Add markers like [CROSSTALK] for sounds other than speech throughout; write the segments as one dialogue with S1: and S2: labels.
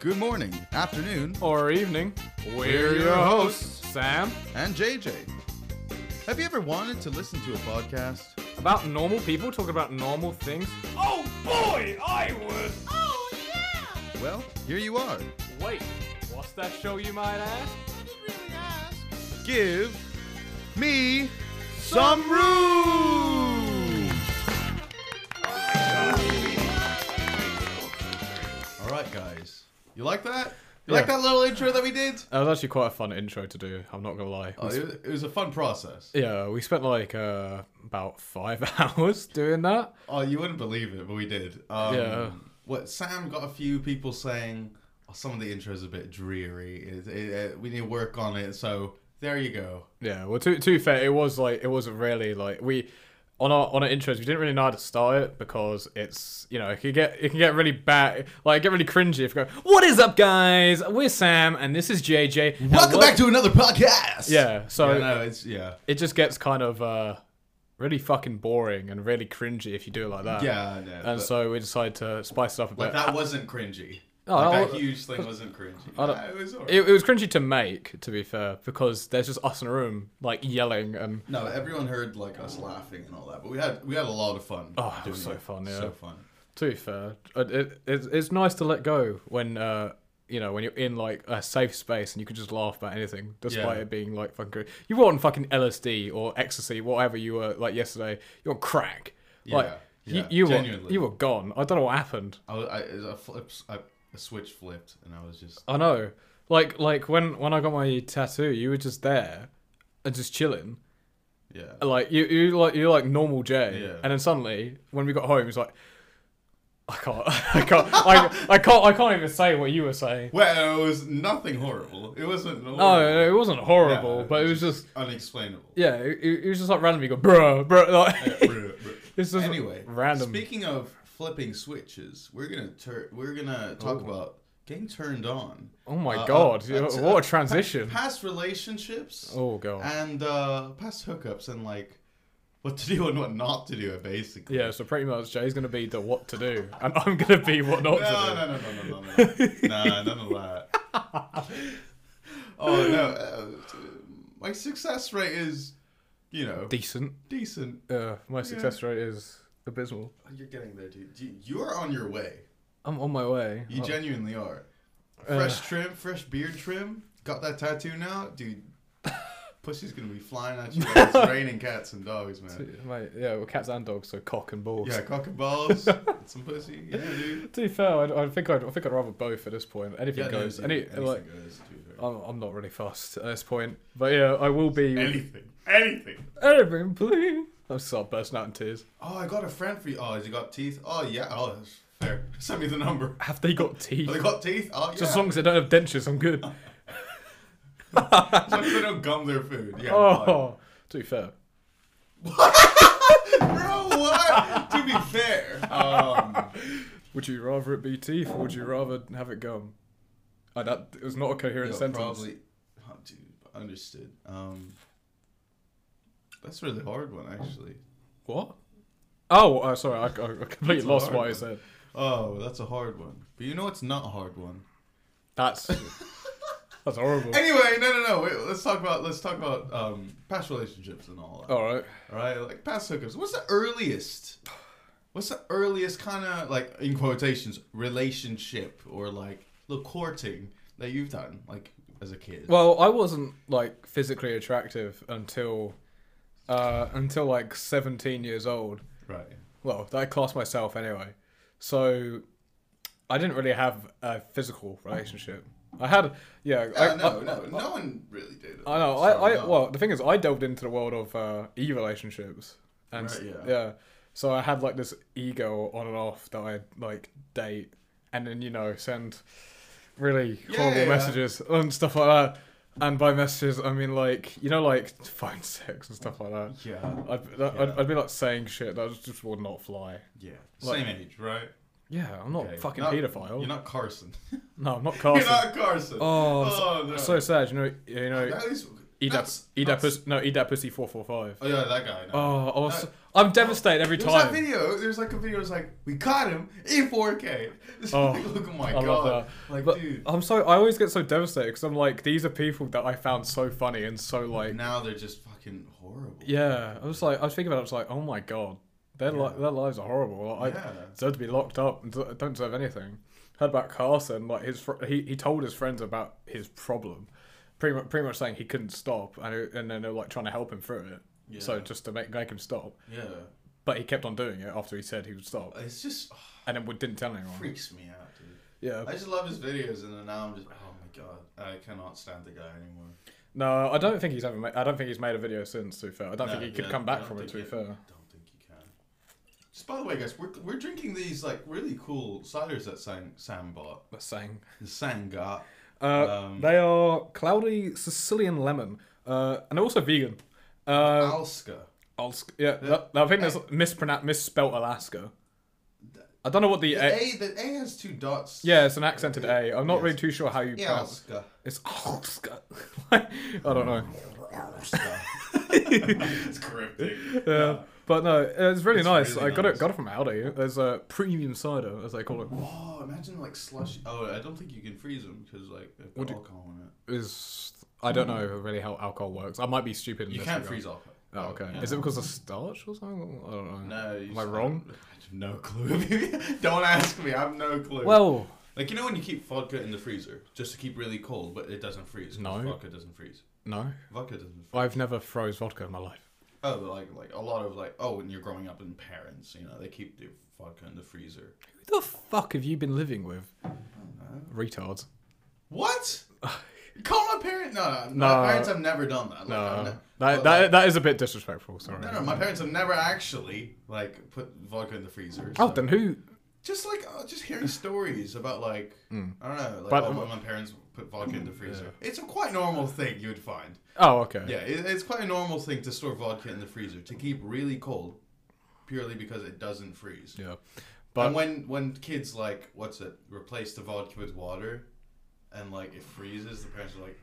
S1: Good morning, afternoon,
S2: or evening.
S1: We're your hosts,
S2: Sam,
S1: and JJ. Have you ever wanted to listen to a podcast?
S2: about normal people talking about normal things.
S3: Oh boy, I would!
S4: Oh, yeah!
S1: Well, here you are.
S2: Wait, what's that show you might ask?
S4: I didn't really ask.
S1: Give me some room. All right, guys. You like that? You like
S2: Yeah.
S1: that little intro that we did?
S2: That was actually quite a fun intro to do. I'm not gonna lie.
S1: Oh,
S2: We sp-
S1: it, it was a fun process.
S2: yeah, we spent like uh, about five [LAUGHS] hours doing that.
S1: Oh, you wouldn't believe it, but we did. Um,
S2: Yeah.
S1: What Sam got a few people saying oh, some of the intros a bit dreary. It, it, it, we need to work on it. So there you go.
S2: Yeah, well, to to be fair, it was like it was really like we. On our, on our intros, we didn't really know how to start it because it's you know it can get it can get really bad like get really cringy if you go what is up guys we're Sam and this is JJ And
S1: Welcome
S2: wel-
S1: back to another podcast.
S2: yeah so
S1: Yeah, no, it's yeah,
S2: it just gets kind of uh, really fucking boring and really cringy if you do it like that.
S1: yeah, no,
S2: And
S1: but-
S2: so we decided to spice it up a
S1: Like
S2: bit.
S1: that wasn't cringy.
S2: No,
S1: like,
S2: I-
S1: that huge thing wasn't cringy.
S2: I don't-
S1: Nah, it was alright.
S2: it, it was cringy to make, to be fair, because there's just us in a room, like yelling and
S1: no, everyone heard like us laughing and all that, but we had we had a lot of fun.
S2: Oh, it was
S1: doing
S2: so fun, yeah.
S1: so fun.
S2: to be fair, it, it, it's, it's nice to let go when uh, you know when you're in like a safe space and you can just laugh about anything, despite
S1: Yeah.
S2: it being like fucking. cr- You were on fucking LSD or ecstasy, whatever you were like yesterday. You're on crack. Like,
S1: Yeah,
S2: you-
S1: yeah,
S2: you, were,
S1: genuinely.
S2: you were gone. I don't know what happened.
S1: I, was- I, it- I flips, I, a switch flipped, and I was just
S2: I know. Like like when when I got my tattoo, you were just there and just chilling.
S1: yeah.
S2: Like you you like you're like normal Jay.
S1: Yeah.
S2: And then suddenly when we got home, it's like I can't [LAUGHS] I can't I, I can't I can't even say what you were saying.
S1: Well, it was nothing horrible. It wasn't. Horrible.
S2: No, no, it wasn't horrible,
S1: Oh, Yeah,
S2: but it was just
S1: unexplainable. Uh,
S2: yeah, it, it was just like randomly go bruh bruh like it's just
S1: anyway,
S2: random.
S1: Speaking of flipping switches, we're gonna tur- we're gonna talk about getting turned on.
S2: [LAUGHS] oh my
S1: Uh, uh,
S2: god,
S1: uh, t-
S2: what
S1: uh,
S2: a transition.
S1: Past relationships.
S2: Oh, God.
S1: And uh, past hookups and like what to do and what not to do, basically.
S2: yeah, so pretty much Jay's gonna be the what to do, and I'm gonna be what
S1: No,
S2: not to
S1: no, no, no, no, no, no. nah, none of that. oh no, uh, my success rate is, you know,
S2: do. Decent.
S1: decent.
S2: Uh, my success rate is abysmal.
S1: You're getting there, dude. You- You are on your way.
S2: I'm on my way.
S1: You
S2: Oh,
S1: genuinely are.
S2: Uh.
S1: Fresh trim, fresh beard trim. Got that tattoo now, dude. Pussy's gonna be flying at you. like
S2: [LAUGHS]
S1: It's raining cats and dogs, man.
S2: mate, yeah, well, cats and dogs, so cock and balls.
S1: Yeah, cock and balls, some pussy. Yeah, dude.
S2: [LAUGHS] To be fair, I, I think I'd, I think I'd rather both at this point. Anything
S1: Yeah, no,
S2: goes.
S1: dude,
S2: Any
S1: anything
S2: like,
S1: goes, dude.
S2: I'm, I'm not really fussed at this point. But yeah, I will be.
S1: Anything, anything.
S2: Anything, please. I'm start bursting out in tears.
S1: Oh, I got a friend for you. Oh, has he got teeth? Oh yeah. Oh, that's fair. [LAUGHS] Send me the number.
S2: Have they got
S1: Oh,
S2: teeth?
S1: they got teeth. Oh yeah.
S2: So as long as they don't have dentures,
S1: [LAUGHS]
S2: I'm good.
S1: As long as they don't gum their food. Yeah. fine.
S2: oh, to be fair,
S1: Bro, what? to be fair. Um,
S2: would you rather it be teeth or would you rather have it gum? Uh, that it was not a coherent
S1: Yo,
S2: sentence.
S1: Probably, oh, dude. Understood. Um, that's a really hard one, actually.
S2: What? Oh, uh, sorry, I, I completely
S1: That's a
S2: lost
S1: hard
S2: what I
S1: one.
S2: said.
S1: Oh, that's a hard one. But you know it's not a hard one. [LAUGHS]
S2: That's that's horrible.
S1: Anyway, no, no, no. Wait, let's talk about let's talk about um, past relationships and all that.
S2: All right.
S1: All right, like past hookups. What's the earliest? What's the earliest kind of like in quotations relationship or like little courting that you've done like as a kid?
S2: Well, I wasn't like physically attractive until uh, until like 17 years old.
S1: right.
S2: Well, I class myself anyway. So I didn't really have a physical relationship. I had yeah.
S1: Uh,
S2: I,
S1: no,
S2: I,
S1: no, no one really did. it.
S2: I know.
S1: So,
S2: I, I
S1: no.
S2: well, the thing is, I delved into the world of uh, e relationships, and
S1: Right,
S2: yeah.
S1: yeah.
S2: so I had like this ego on and off that I like date, and then you know send really
S1: Yeah,
S2: horrible
S1: yeah.
S2: messages and stuff like that. And by messages, I mean like you know like [LAUGHS] phone sex and stuff like that.
S1: yeah,
S2: I'd, that, I'd,
S1: Yeah.
S2: I'd be like saying shit that just would not fly.
S1: yeah,
S2: Like-
S1: same age, right?
S2: Yeah, I'm not
S1: Okay.
S2: fucking
S1: Not-
S2: pedophile.
S1: You're not Carson. [LAUGHS]
S2: no, I'm not Carson.
S1: You're not Carson.
S2: Oh, I'm so-
S1: no.
S2: so sad. You know, you know,
S1: That is-
S2: Eat that,
S1: Nuts,
S2: eat that
S1: nuts.
S2: pussy. No, eat that pussy. Four four five.
S1: Oh yeah, that guy. no.
S2: Oh, I was,
S1: No.
S2: I'm devastated every
S1: There's that
S2: time.
S1: video. There's like a video. It's like we caught him in [LAUGHS] 4K.
S2: Oh,
S1: like, look at my
S2: I
S1: god.
S2: love that.
S1: Like,
S2: But
S1: dude.
S2: I'm so I always get so devastated because I'm like these are people that I found so funny and so like
S1: now they're just fucking horrible.
S2: yeah. I was like I was thinking about it. I was like oh my god, their li- their lives are horrible. Like,
S1: Yeah.
S2: I deserve to be locked up. and d- Don't deserve anything. Heard about Carson like his fr- he he told his friends about his problem, pretty much pretty much saying he couldn't stop and it- and then they were like trying to help him through it. So
S1: Yeah.
S2: just to make make him stop,
S1: Yeah.
S2: but he kept on doing it after he said he would stop,
S1: It's just oh,
S2: and then didn't tell anyone.
S1: freaks me out, dude.
S2: Yeah.
S1: I just love his videos, and then now I'm just oh my god, I cannot stand the guy anymore.
S2: No, I don't think he's ever. Made, I don't think he's made a video since. To be fair, I don't
S1: No,
S2: think he could
S1: yeah,
S2: come
S1: I
S2: back
S1: don't
S2: from it.
S1: think
S2: To be
S1: he-
S2: fair,
S1: Don't think you can. Just by the way, guys, we're, we're drinking these like really cool ciders that Sam, Sam bought.
S2: that's saying.
S1: Sam got.
S2: Uh,
S1: Um,
S2: they are cloudy Sicilian lemon, uh, and they're also vegan. Uh,
S1: Alska.
S2: Alsk- yeah, that, that- I think that's mispronounced, misspelled Alaska. I don't know what the,
S1: The
S2: a,
S1: A, the A has two dots.
S2: eh. yeah, it's an accented A. I'm not
S1: Yes.
S2: really too sure how you pronounce.
S1: Alska.
S2: It's Alaska. [LAUGHS] I don't know.
S1: it's cryptic.
S2: Yeah. But no, it's really
S1: It's
S2: nice.
S1: really
S2: I got it
S1: nice.
S2: got it from Aldi. There's a premium cider, as they call it.
S1: Oh, imagine like slush. Oh, I don't think you can freeze them because like they've got
S2: Would you-
S1: alcohol in it.
S2: is I don't know really how alcohol works. I might be stupid. In
S1: Hmm. You
S2: this
S1: can't
S2: regard.
S1: freeze alcohol.
S2: Oh, okay.
S1: Yeah.
S2: Is it because of starch or something? I don't know.
S1: No. you
S2: Am I
S1: just-
S2: wrong?
S1: I have no clue. [LAUGHS] don't ask me. I have no clue.
S2: Well,
S1: like you know when you keep vodka in the freezer just to keep really cold, but it doesn't freeze. 'cause
S2: No.
S1: Vodka doesn't freeze.
S2: no.
S1: Vodka doesn't. Freeze.
S2: I've never froze vodka in my life.
S1: Oh, but like like a lot of like oh, when you're growing up in parents, you know they keep their vodka in the freezer.
S2: Who the fuck have you been living with? Retards. [LAUGHS]
S1: What? Call my parent? No, no,
S2: No.
S1: My parents have never done that. Like,
S2: No,
S1: I've ne-
S2: that,
S1: but,
S2: that, that is a bit disrespectful. Sorry.
S1: No, no, my parents have never actually like put vodka in the freezer.
S2: oh,
S1: so-
S2: then who?
S1: just like uh, just
S2: [LAUGHS]
S1: hearing stories about like I don't know, like
S2: Hmm. But-
S1: oh, my, my parents put vodka in the freezer. It's a quite normal thing you would find.
S2: Oh, okay.
S1: Yeah, it, it's quite a normal thing to store vodka in the freezer to keep really cold, purely because it doesn't freeze.
S2: Yeah.
S1: But
S2: But-
S1: and when when kids like what's it replace the vodka with water, and like it freezes, the parents are like,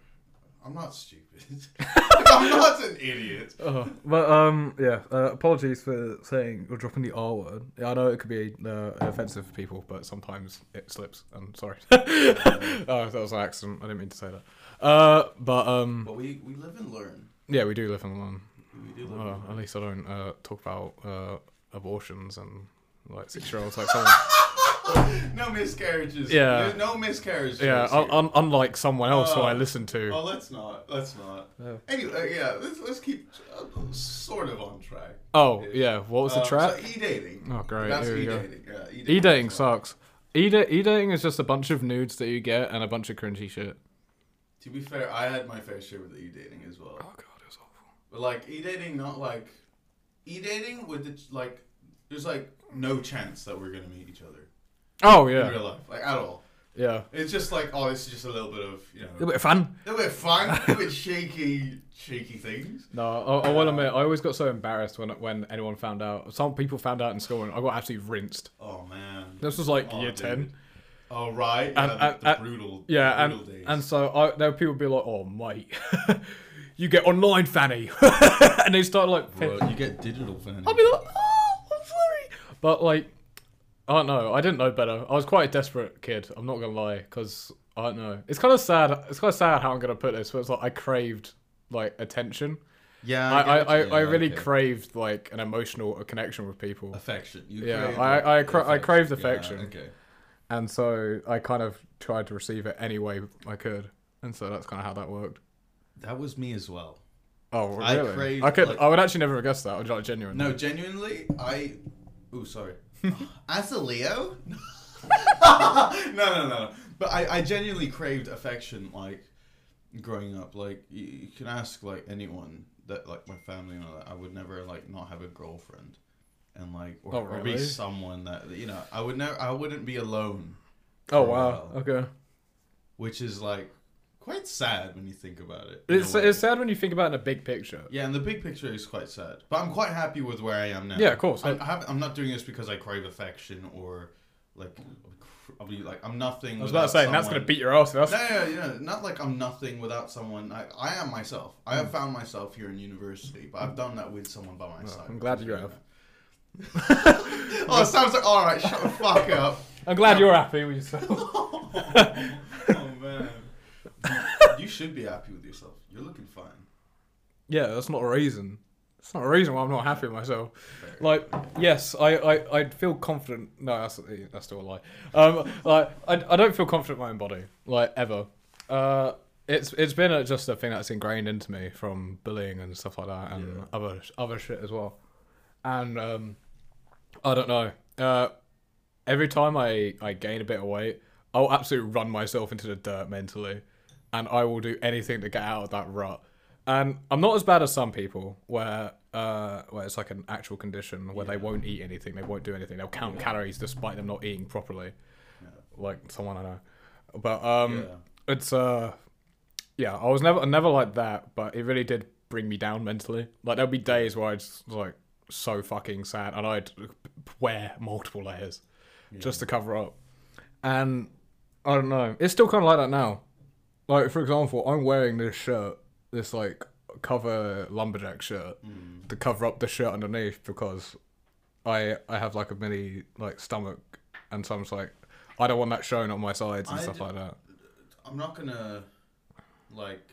S1: "I'm not stupid. [LAUGHS] I'm not an idiot."
S2: Uh, but um, yeah. Uh, apologies for saying or dropping the R word. I know it could be uh, offensive for people, but sometimes it slips. I'm sorry. Uh, oh, that was an accident. I didn't mean to say that. Uh, but um,
S1: But we we live and learn.
S2: yeah, we do live and learn.
S1: We do live. and
S2: Uh,
S1: learn.
S2: at least I don't uh, talk about uh, abortions and like six-year-olds like someone.
S1: No miscarriages.
S2: Yeah.
S1: There's no miscarriages.
S2: Yeah,
S1: here.
S2: un- un- unlike someone else who I
S1: Oh.
S2: listen to.
S1: Oh, let's not. Let's not. Anyway, uh, yeah, let's, let's keep uh, sort of on track.
S2: Oh yeah, what was the
S1: Um,
S2: trap?
S1: So e-dating.
S2: Oh, great,
S1: That's
S2: here we go.
S1: e-dating. Yeah, e-dating.
S2: E-dating sucks. E dating is just a bunch of nudes that you get and a bunch of cringy shit.
S1: To be fair, I had my fair share with e-dating as well.
S2: Oh god, it was awful.
S1: But like e-dating, not like e-dating with the, ch- like. There's like no chance that we're gonna meet each other
S2: Oh
S1: in
S2: yeah,
S1: real life, like at all.
S2: yeah.
S1: It's just like, oh, this is just a little bit of you know, a
S2: A bit of fun.
S1: little bit of fun, a little bit shaky, shaky things.
S2: No, I, I will admit, I always got so embarrassed when when anyone found out. Some people found out in school, and I got absolutely rinsed.
S1: Oh man,
S2: This was like
S1: Oh,
S2: year
S1: dude.
S2: ten.
S1: Oh right,
S2: And-
S1: yeah, the,
S2: and-
S1: the
S2: and-
S1: brutal,
S2: Yeah,
S1: brutal
S2: and
S1: days.
S2: and so I, there were people be like, "Oh mate, [LAUGHS] you get online, Fanny," [LAUGHS] and they start like, pin-
S1: Well, you get digital fan.
S2: I'd be like, "Oh, I'm sorry," but like, I don't know. I didn't know better. I was quite a desperate kid. I'm not gonna lie, because I don't know. It's kind of sad. It's kind of sad how I'm gonna put this, but it's like I craved like attention.
S1: yeah,
S2: I,
S1: get
S2: I, I,
S1: what you
S2: I
S1: mean,
S2: really
S1: okay.
S2: craved like an emotional connection with people,
S1: affection. You
S2: Yeah,
S1: crave
S2: I-
S1: the-
S2: I
S1: the
S2: cra- I craved
S1: Yeah,
S2: affection.
S1: okay.
S2: and so I kind of tried to receive it any way I could, and so that's kind of how that worked.
S1: That was me as well.
S2: Oh, really?
S1: I
S2: I,
S1: craved,
S2: could.
S1: like-
S2: I would actually never have guessed that. I would like genuine.
S1: No, genuinely, I. Oh, sorry. As a Leo. [LAUGHS] no, no, no, no. But I, I genuinely craved affection, like growing up. Like you, you can ask like anyone that like my family and all that. I would never like not have a girlfriend, and like or,
S2: Oh,
S1: or be
S2: really?
S1: someone that you know. I would never. I wouldn't be alone.
S2: Oh
S1: for a
S2: wow.
S1: while.
S2: Okay.
S1: which is like quite sad when you think about it. in a
S2: It's
S1: way.
S2: it's sad when you think about it in a big picture.
S1: yeah, and the big picture is quite sad. But I'm quite happy with where I am now.
S2: Yeah, of course.
S1: I'm, I have, I'm not doing this because I crave affection or like cr- pr- I'll be like I'm nothing.
S2: I was about to say, that's gonna beat your ass. That's,
S1: No, no, no, no, not like I'm nothing without someone. I, I am myself. I have found myself here in university, but I've done that with someone by my side.
S2: I'm glad you have.
S1: [LAUGHS] Oh, it sounds like all right. Shut the fuck up.
S2: I'm glad you're happy with yourself.
S1: [LAUGHS] oh man, you should be happy with yourself. You're looking fine.
S2: yeah, that's not a reason. That's not a reason why I'm not happy with myself.
S1: Fair.
S2: Like, yes, I, I, I feel confident. No, that's that's still a lie. Um, like, I, I don't feel confident in my own body, like ever. Uh, it's it's been a, just a thing that's ingrained into me from bullying and stuff like that, and
S1: Yeah.
S2: other other shit as well. And um, I don't know. Uh, every time I I gain a bit of weight, I'll absolutely run myself into the dirt mentally, and I will do anything to get out of that rut. And I'm not as bad as some people, where uh, where it's like an actual condition where they won't eat anything, they won't do anything, they'll count calories despite them not eating properly, like someone I know. But um,
S1: Yeah.
S2: it's uh, yeah, I was never never like that, but it really did bring me down mentally. Like there'd be days where I just was like so fucking sad, and I'd wear multiple layers just to cover up. And I don't know, it's still kind of like that now. Like for example, I'm wearing this shirt, this like cover lumberjack shirt,
S1: Mm.
S2: to cover up the shirt underneath because I I have like a mini like stomach, and so I'm just like I don't want that shown on my sides and
S1: I
S2: stuff
S1: d-
S2: like that.
S1: I'm not gonna like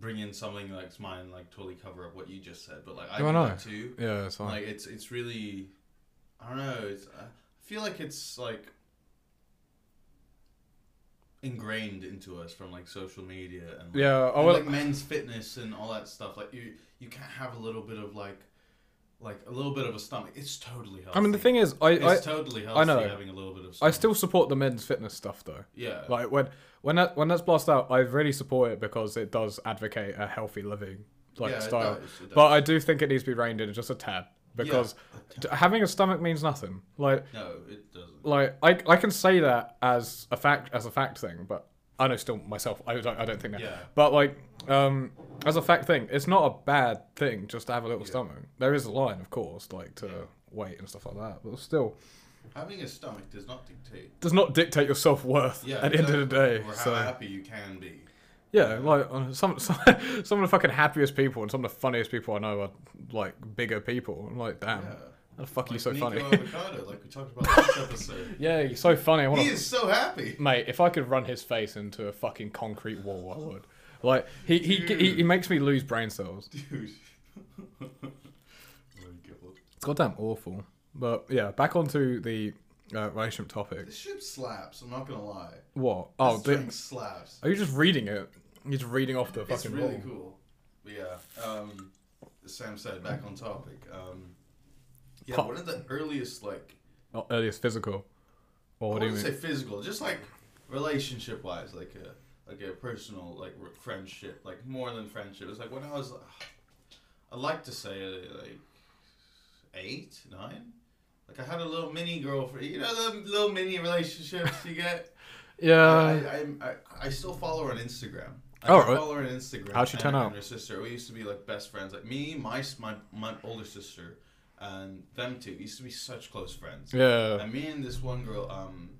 S1: bring in something like mine and, like totally cover up what you just said, but like I
S2: No, I
S1: do
S2: know.
S1: that too.
S2: Yeah, it's fine.
S1: Like it's it's really, I don't know. It's, I feel like it's like ingrained into us from like social media and like,
S2: yeah, I
S1: and,
S2: will.
S1: like men's fitness and all that stuff. Like you you can't have a little bit of like like a little bit of a stomach. It's totally healthy.
S2: I mean, the thing is, I I,
S1: it's totally healthy
S2: know.
S1: having a little bit of.
S2: I
S1: Stomach.
S2: still support the men's fitness stuff though.
S1: yeah
S2: Like when when that when that's blast out, I really support it because it does advocate a healthy living like
S1: Yeah, it
S2: style.
S1: does, it
S2: But
S1: does.
S2: I do think it needs to be reined in just a tad because d having a stomach means nothing. Like
S1: no it doesn't.
S2: like I, I can say that as a fact as a fact thing, but I know still myself I don't I don't think that.
S1: Yeah.
S2: But like um as a fact thing, it's not a bad thing just to have a little stomach. There is a line, of course, like to weight and stuff like that, but still
S1: Having a stomach does not dictate.
S2: does not dictate your self worth
S1: Yeah,
S2: at the end of the
S1: exactly,
S2: day.
S1: or how
S2: so.
S1: happy you can be.
S2: Yeah, like uh, some, [LAUGHS] some some of the fucking happiest people and some of the funniest people I know are like bigger people. I'm like, damn,
S1: Yeah.
S2: how the fuck are you
S1: Like
S2: Um, so
S1: Nico
S2: funny? [LAUGHS]
S1: Avocado, like we talked about last episode.
S2: yeah, you're so funny. I wanna,
S1: He is so happy. [LAUGHS]
S2: [LAUGHS] mate, if I could run his face into a fucking concrete wall, I would. Like he he, he, he
S1: Dude.
S2: makes me lose brain cells.
S1: Dude. oh my god.
S2: It's goddamn awful. But yeah, back onto the uh, relationship topic.
S1: This shit slaps, I'm not gonna lie.
S2: What? Oh,
S1: this
S2: the-
S1: drink slaps.
S2: are you just reading it? You're just reading off the
S1: It's
S2: fucking
S1: really
S2: wall.
S1: cool. But yeah, um, as Sam said, back on topic. Um, yeah,
S2: Pop-
S1: one of the earliest, like,
S2: Not Oh, earliest physical.
S1: I
S2: Or what do you
S1: wouldn't
S2: mean?
S1: say physical, just like relationship wise, like a like a personal like r- friendship, like more than friendship. It's like when I was, I like to say uh, like eight, nine. Like I had a little mini girlfriend. You know the little mini relationships you get.
S2: yeah.
S1: I, I, I, I still follow her on Instagram. I
S2: Uh, Oh,
S1: can
S2: right.
S1: follow her on Instagram.
S2: How'd she
S1: and-
S2: turn out?
S1: And her sister. We used to be like best friends. Like me, my s- my my older sister, and them two used to be such close friends.
S2: yeah.
S1: And me and this one girl. Um,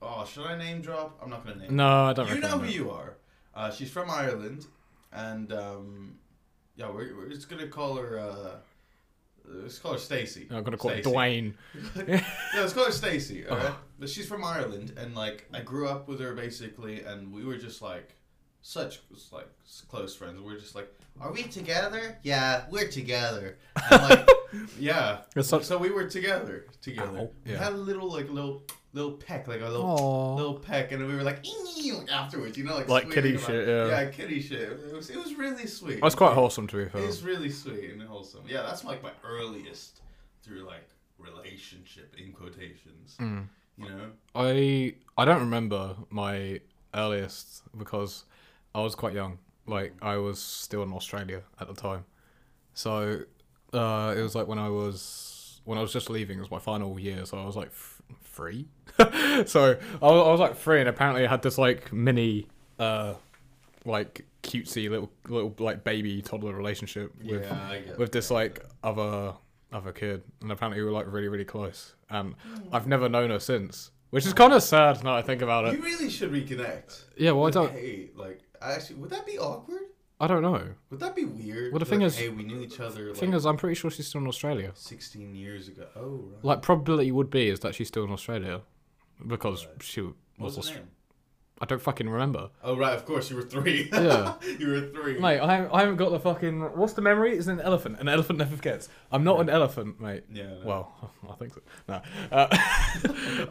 S1: oh, should I name drop? I'm not gonna name.
S2: No, I don't
S1: you know who
S2: recommend it.
S1: you are. Uh, she's from Ireland, and um, yeah, we're, we're just gonna call her. Uh, let's call her Stacy.
S2: I'm gonna call it
S1: Stacey.
S2: Dwayne.
S1: Yeah, let's call her Stacy, alright?
S2: Uh-huh.
S1: But she's from Ireland, and like I grew up with her basically, and we were just like such like s- close friends. We were just like, are we together? Yeah, we're together. And,
S2: [LAUGHS]
S1: like, yeah.
S2: It's such-
S1: so we were together, together.
S2: Ow,
S1: We
S2: yeah.
S1: had a little like little little peck, like a little
S2: Aw.
S1: [LAUGHS] little peck, and we were like "Eeeh," afterwards, you know, like
S2: Like kitty
S1: swearing about-
S2: shit, yeah. Oh,
S1: yeah, kitty shit. It was it was really sweet.
S2: That's quite wholesome to be fair.
S1: It's really sweet and wholesome. Yeah, that's like my earliest through like relationship in quotations.
S2: Mm.
S1: You know?
S2: I I don't remember my earliest because I was quite young. Like I was still in Australia at the time, so uh, it was like when I was when I was just leaving. It was my final year, so I was like f- free. [LAUGHS] so I was, I was like free, and apparently I had this like mini, uh, like cutesy little little like baby toddler relationship with
S1: Yeah, I get
S2: with this like other other kid, and apparently we were like really really close, and I've never known her since. which is kind of sad now I think about
S1: You
S2: it.
S1: really should reconnect.
S2: Yeah, uh, well I
S1: Like,
S2: don't
S1: Hey, like, I actually, would that be awkward?
S2: I don't know.
S1: Would that be weird?
S2: Well, the
S1: Like,
S2: thing is-
S1: hey, we knew each other like
S2: Thing is, I'm pretty sure she's still in Australia.
S1: 16 years ago. Oh, right.
S2: Like probability would be is that she's still in Australia because she was.
S1: What's
S2: Aust-
S1: her name?
S2: I don't fucking remember.
S1: Oh, right, of course, you were three.
S2: Yeah.
S1: [LAUGHS] you were three.
S2: Mate, I haven't, I haven't got the fucking. What's the memory? It's an elephant. An elephant never forgets. I'm not an elephant, mate.
S1: Yeah, no.
S2: Well, [LAUGHS] I think so. No. Uh,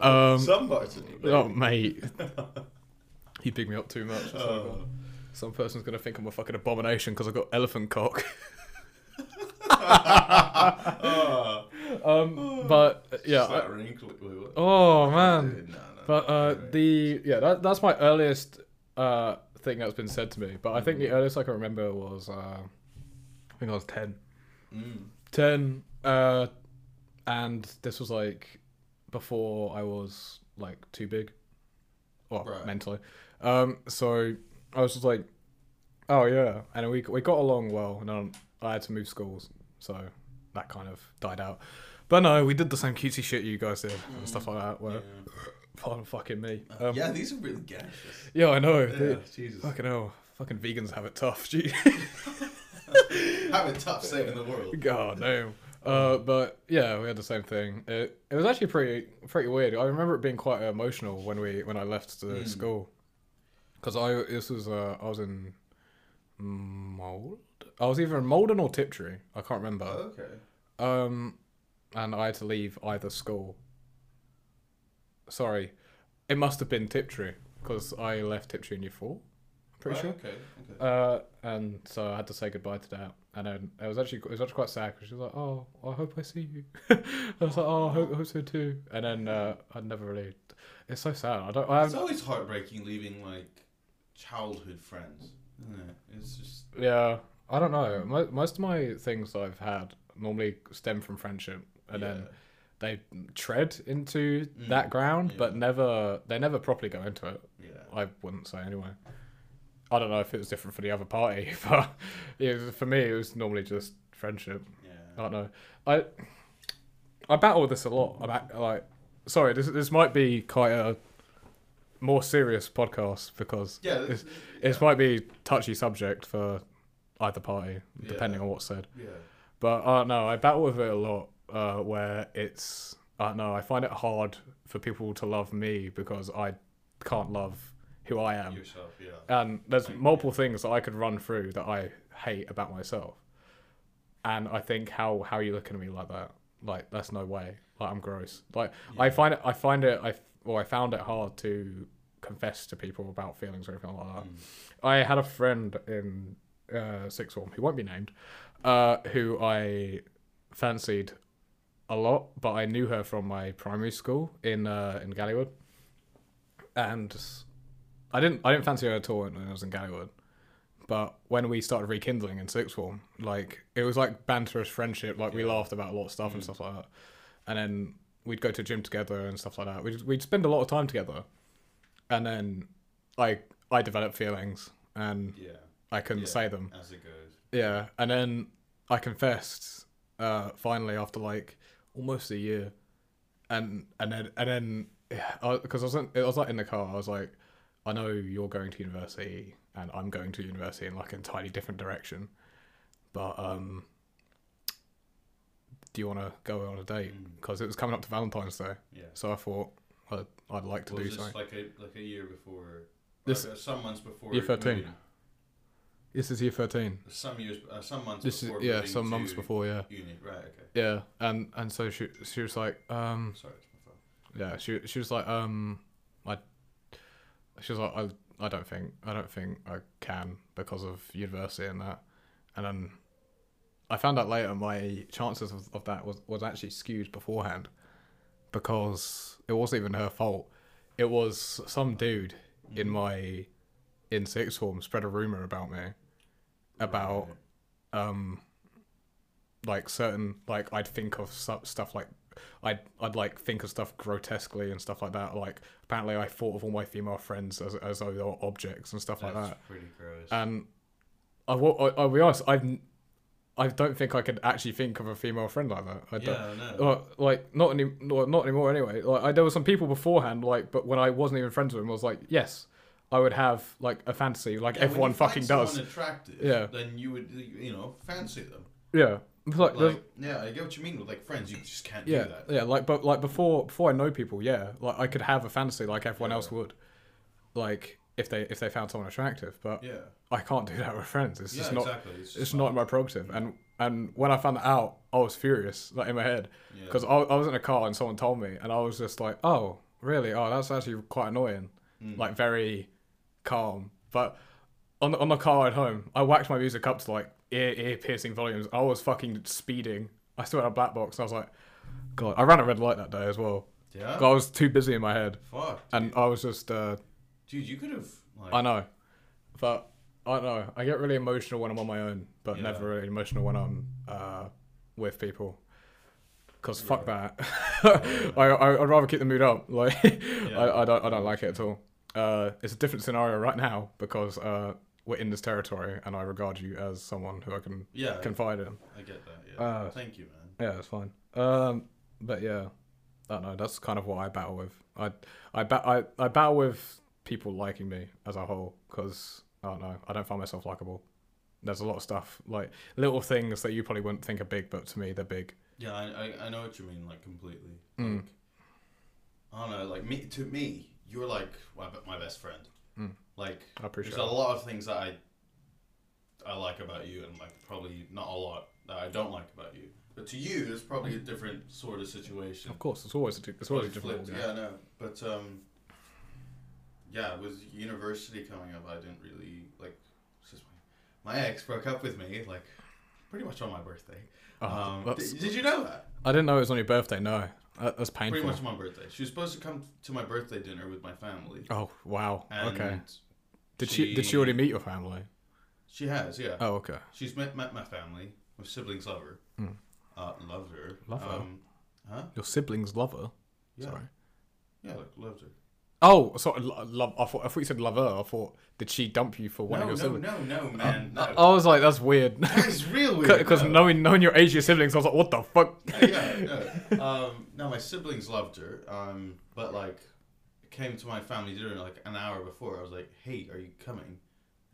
S2: [LAUGHS] um,
S1: Some parts of you. mate.
S2: oh, mate. [LAUGHS] You pick me up too much.
S1: Oh.
S2: Some person's going to think I'm a fucking abomination because I've got elephant cock. [LAUGHS]
S1: Oh.
S2: Um, but, uh, yeah.
S1: Just that
S2: I-
S1: wrinkle. Wait, what?
S2: oh,
S1: No,
S2: man.
S1: no,
S2: But uh,
S1: no.
S2: the. Yeah, that, that's my earliest uh, thing that's been said to me. But I think
S1: Mm.
S2: the earliest I can remember was. Uh, I think I was 10.
S1: Mm.
S2: 10 uh and this was like before i was like too big well
S1: Right.
S2: mentally um so i was just like oh yeah and we we got along well and then i had to move schools so that kind of died out but no we did the same cutesy shit you guys did and stuff like that where [LAUGHS] pardon fucking me um,
S1: Uh, yeah, these are really gaseous.
S2: yeah i know
S1: Yeah,
S2: dude.
S1: Jesus.
S2: fucking hell fucking vegans have it tough [LAUGHS] gee
S1: [LAUGHS] Have a tough saving the world.
S2: God damn. Uh, but yeah, we had the same thing. It, it was actually pretty pretty weird. I remember it being quite emotional when we when I left the
S1: Hmm.
S2: school, because I this was uh, I was in mold. I was either in Malden or Tiptree. I can't remember.
S1: Oh, Okay.
S2: Um, and I had to leave either school. Sorry, it must have been Tiptree because I left Tiptree in year four. I'm pretty
S1: Right,
S2: sure.
S1: Okay. okay.
S2: Uh, and so I had to say goodbye to that, and then it was actually it was actually quite sad because she was like, "Oh, I hope I see you." [LAUGHS] I was like, "Oh, I hope, I hope so too." And then uh, I never really. It's so sad. I don't. I
S1: it's
S2: haven't,
S1: always heartbreaking leaving like childhood friends. Isn't it? It's just
S2: yeah, I don't know. Mo- most of my things that I've had normally stem from friendship, and then they tread into
S1: Mm.
S2: that ground, but never they never properly go into it.
S1: yeah.
S2: I wouldn't say anyway. I don't know if it was different for the other party, [LAUGHS] but it was, for me, it was normally just friendship. I
S1: Yeah.
S2: don't know. I I battle with this a lot. I'm act, like, sorry, this this might be quite a more serious podcast because
S1: Yeah,
S2: it's,
S1: this-
S2: it might be touchy subject for either party depending on what's said.
S1: Yeah.
S2: But I don't know. I battle with it a lot uh, where it's I don't know. I find it hard for people to love me because I can't love who I am.
S1: Yourself. Yeah.
S2: And there's multiple things that I could run through that I hate about myself. And I think how how are you looking at me like that? Like that's no way. Like I'm gross. Like I find it I find it I well I found it hard to confess to people about feelings or anything like that. I had a friend in uh, sixth form who won't be named, uh, who I fancied a lot, but I knew her from my primary school in uh, in Gallywood, and I didn't I didn't fancy her at all when I was in Gallywood. But when we started rekindling in sixth form, like it was like banterous friendship. Like we laughed about a lot of stuff and stuff like that, and then we'd go to gym together and stuff like that. We'd we'd spend a lot of time together, and then I I developed feelings and
S1: Yeah.
S2: I couldn't
S1: Yeah.
S2: say them.
S1: As it goes.
S2: Yeah, and then I confessed uh, finally after like almost a year, and and then and then because I, was in, I was like in the car, I was like, I know you're going to university and I'm going to university in like an entirely different direction, but um, do you want to go on a date? Because it was coming up to Valentine's Day,
S1: Mm, Yeah.
S2: so I thought I'd, I'd like to
S1: Was
S2: do
S1: this
S2: something.
S1: like a like a year before?
S2: This-
S1: This uh, some months before.
S2: Year 13.
S1: moving-
S2: this is year thirteen.
S1: Some years. Uh, some months.
S2: This is
S1: before
S2: yeah,
S1: moving
S2: some months
S1: to
S2: before yeah.
S1: Uni. Right. Okay.
S2: Yeah, and and so she she was like, um,
S1: Sorry. It's my phone.
S2: Yeah, she she was like, um, I, she was like, I, I don't think, I don't think I can because of university and that, and then I found out later my chances of, of that was was actually skewed beforehand, because it wasn't even her fault, it was some dude in my, in sixth form spread a rumor about me, about, um, like certain like I'd think of su- stuff like I'd I'd like think of stuff grotesquely and stuff like that. Like apparently I thought of all my female friends as as though they were objects and stuff like Uh,
S1: That's
S2: that.
S1: pretty gross.
S2: And I will I'll be honest I've n- I don't think I could actually think of a female friend like that. I don't. Oh,
S1: Yeah, I know.
S2: Like, like not any, well, not anymore. Anyway, like I, there were some people beforehand, like, but when I wasn't even friends with them, I was like, yes, I would have like a fantasy, like
S1: Yeah, when
S2: everyone
S1: you find
S2: fucking does.
S1: someone attractive,
S2: Yeah.
S1: Then you would, you know, fancy them.
S2: Yeah, But, like, there's-
S1: Like, yeah, I get what you mean with like friends. You just can't
S2: yeah,
S1: do that.
S2: yeah. Like, but like before, before I know people, yeah, like I could have a fantasy like everyone
S1: Yeah.
S2: else would, like if they if they found someone attractive, but
S1: Yeah.
S2: I can't do that with friends. It's
S1: Yeah,
S2: just not.
S1: exactly. It's, just
S2: it's
S1: like-
S2: not in my prerogative. And and when I found that out, I was furious, like in my head,
S1: Yeah.
S2: because I, I was in a car and someone told me, and I was just like, oh, really? Oh, that's actually quite annoying. Like very calm, but on the, on the car at home, I whacked my music up to like ear ear piercing volumes. I was fucking speeding. I still had a black box. And I was like, God, I ran a red light that day as well.
S1: Yeah.
S2: I was too busy in my head,
S1: Fuck,
S2: and I was just. Uh,
S1: dude, you could have. Like,
S2: I know, but I don't know. I get really emotional when I'm on my own, but
S1: Yeah.
S2: never really emotional when I'm uh, with people. Cause fuck that. [LAUGHS] I, I I'd rather keep the mood up. [LAUGHS] Like I, I don't I don't like it at all. Uh, it's a different scenario right now because uh, we're in this territory, and I regard you as someone who I can
S1: Yeah.
S2: confide in.
S1: I get that. Yeah.
S2: Uh,
S1: Thank you, man.
S2: Yeah, it's fine. Um, but yeah, I don't know. That's kind of what I battle with. I I ba- I, I battle with people liking me as a whole because I don't know. I don't find myself likable. There's a lot of stuff like little things that you probably wouldn't think are big, but to me they're big.
S1: Yeah, I, I, I know what you mean, like completely. Like, I don't know, like me to me, you're like my, be- my best friend.
S2: Mm.
S1: Like
S2: I appreciate
S1: there's a
S2: that.
S1: lot of things that I I like about you, and like probably not a lot that I don't like about you. But to you, it's probably a different sort of situation.
S2: Of course, it's always a, di- it's always a
S1: Like,
S2: different.
S1: flipped, Yeah, no, but um, yeah, with university coming up, I didn't really like. this is My my ex broke up with me like pretty much on my birthday.
S2: Oh,
S1: um,
S2: that's-
S1: did, did you know that?
S2: I didn't know it was on your birthday. No, that, that's
S1: pretty
S2: painful.
S1: much my birthday. She was supposed to come to my birthday dinner with my family.
S2: Oh wow.
S1: And
S2: okay. Did she, did she
S1: she-
S2: already meet your family?
S1: She has, yeah.
S2: Oh okay.
S1: She's met, met my family. My siblings love her. Uh, love her.
S2: Hmm. Love her?
S1: Um, huh?
S2: Your sibling's lover.
S1: Yeah.
S2: Sorry.
S1: Yeah, like, loved her.
S2: Oh, sorry. lo- Love. I thought I thought you said lover. I thought did she dump you for one
S1: No,
S2: of your
S1: no,
S2: siblings?
S1: no, no, man. No.
S2: I was like, that's weird. [LAUGHS]
S1: that is real weird.
S2: Because
S1: no.
S2: knowing knowing your age, your siblings, I was like, what the
S1: [LAUGHS]
S2: fuck?
S1: yeah, no. Um, no, my siblings loved her, um, but like, came to my family dinner like an hour before. I was like, "Hey, are you coming?"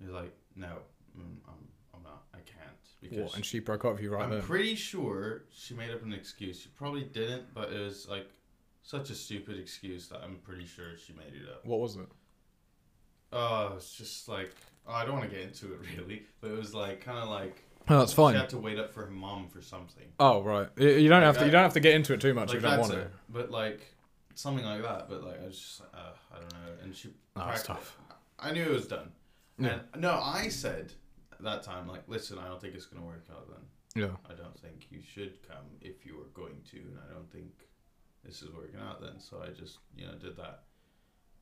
S1: He's like, "No, mm, I'm, I'm not. I can't because
S2: What, and she broke up with you right
S1: I'm
S2: then.
S1: pretty sure she made up an excuse. She probably didn't, but it was like such a stupid excuse that I'm pretty sure she made it up.
S2: what was it?
S1: Oh, it's just like I don't want to get into it [LAUGHS] really, but it was like kind of like
S2: Oh, that's
S1: she
S2: fine.
S1: had to wait up for her mom for something.
S2: Oh right, you, you don't have to.
S1: I-
S2: You don't have to get into it too much
S1: like
S2: if you don't
S1: that's
S2: want
S1: it.
S2: to.
S1: But like something like that. But like I was just like, uh, I don't know. And she.
S2: Oh, that's
S1: practi-
S2: tough.
S1: I knew it was done. And no, I said at that time like, listen, I don't think it's gonna work out. Then
S2: Yeah.
S1: I don't think you should come if you were going to, and I don't think this is working out. Then so I just you know did that.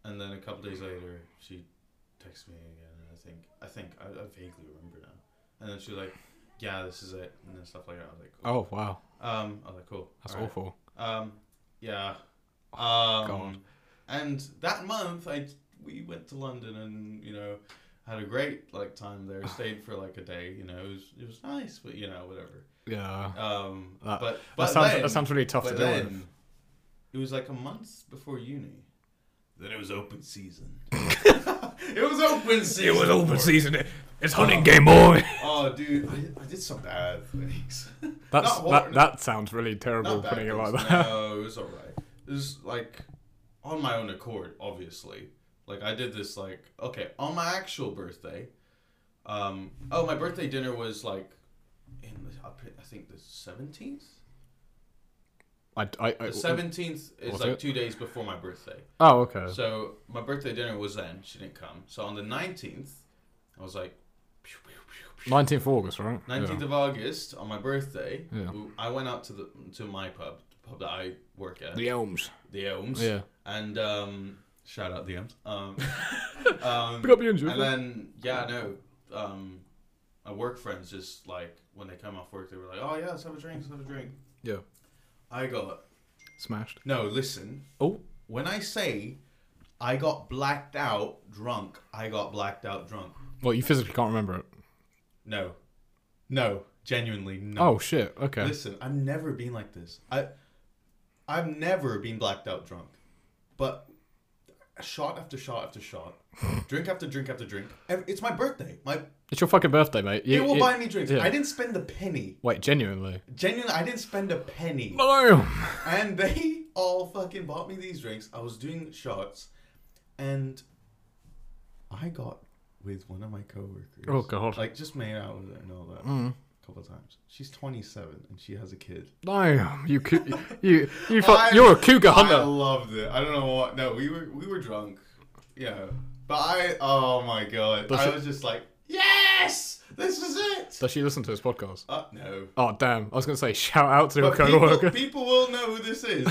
S1: And then a couple days later, she texted me again, and I think I think I, I vaguely remember now. And then she was like, yeah, this is it, and then stuff like that. I was like, cool.
S2: Oh wow,
S1: um, I was like, cool,
S2: that's
S1: all right.
S2: awful.
S1: Um, yeah. Um,
S2: God.
S1: And that month, I we went to London and you know had a great like time there.
S2: [SIGHS]
S1: Stayed for like a day. You know, it was it was nice, but you know whatever.
S2: Yeah.
S1: Um,
S2: That-
S1: but but
S2: that sounds
S1: then,
S2: that sounds really tough to
S1: but
S2: deal with.
S1: then it was like a month before uni. Then it was open
S2: [LAUGHS]
S1: season. [LAUGHS] it was open season. for-
S2: season. It's hunting game, boy.
S1: Oh, dude, I did, I did some bad things.
S2: [LAUGHS]
S1: [LAUGHS]
S2: That's
S1: Not
S2: that.
S1: horrible.
S2: That sounds really terrible
S1: Not
S2: putting it like
S1: backwards.
S2: that.
S1: No, it was alright. It was like on my own accord, obviously. Like I did this like okay on my actual birthday. Um, oh, my birthday dinner was like in the, up in- I think the seventeenth.
S2: [LAUGHS] I, I, I-
S1: The seventeenth is
S2: Was
S1: like
S2: it?
S1: two days before my birthday.
S2: oh okay.
S1: So my birthday dinner was then. She didn't come. So on the nineteenth, I was like. pew, pew, pew, pew.
S2: Nineteenth of August, right? Yeah.
S1: 19th of August on my birthday,
S2: Yeah.
S1: I went out to the to my pub, the pub that I work at,
S2: the Elms.
S1: the Elms.
S2: Yeah.
S1: And um, shout out the Elms. Um, um,
S2: Pick up your injury.
S1: and then yeah, no, um, my work friends just like when they come off work, they were like, "Oh yeah, let's have a drink, let's have a drink."
S2: yeah.
S1: I got
S2: Smashed.
S1: no. Listen,
S2: Oh.
S1: when I say I got blacked out drunk, I got blacked out drunk.
S2: Well, you physically can't remember it.
S1: No, no, Genuinely, no.
S2: Oh shit. Okay.
S1: Listen, I've never been like this. I, I've never been blacked out drunk, but shot after shot after shot,
S2: [LAUGHS]
S1: drink after drink after drink. Ev- It's my birthday. My
S2: It's your fucking birthday, mate. You,
S1: it will
S2: you-
S1: buy me drinks.
S2: yeah.
S1: I didn't spend a penny.
S2: Wait, genuinely.
S1: Genuinely, I didn't spend a penny.
S2: No.
S1: And they [LAUGHS] all fucking bought me these drinks. I was doing shots, and I got with one of my coworkers.
S2: Oh, God. Mm.
S1: Like just made out with her and all that. A couple of times. She's 27 and she has a kid.
S2: No. You cou- you
S1: [LAUGHS]
S2: you fu-
S1: I-
S2: you're a cougar
S1: I
S2: hunter.
S1: loved it. I don't know what. No, we were we were drunk. Yeah, but I. Oh my god!
S2: Does
S1: I
S2: she-
S1: was just like, yes, this is it.
S2: Does she listen to this podcast?
S1: Uh, no.
S2: Oh damn. I was gonna say shout out to your
S1: But people,
S2: coworker.
S1: people will know who this is.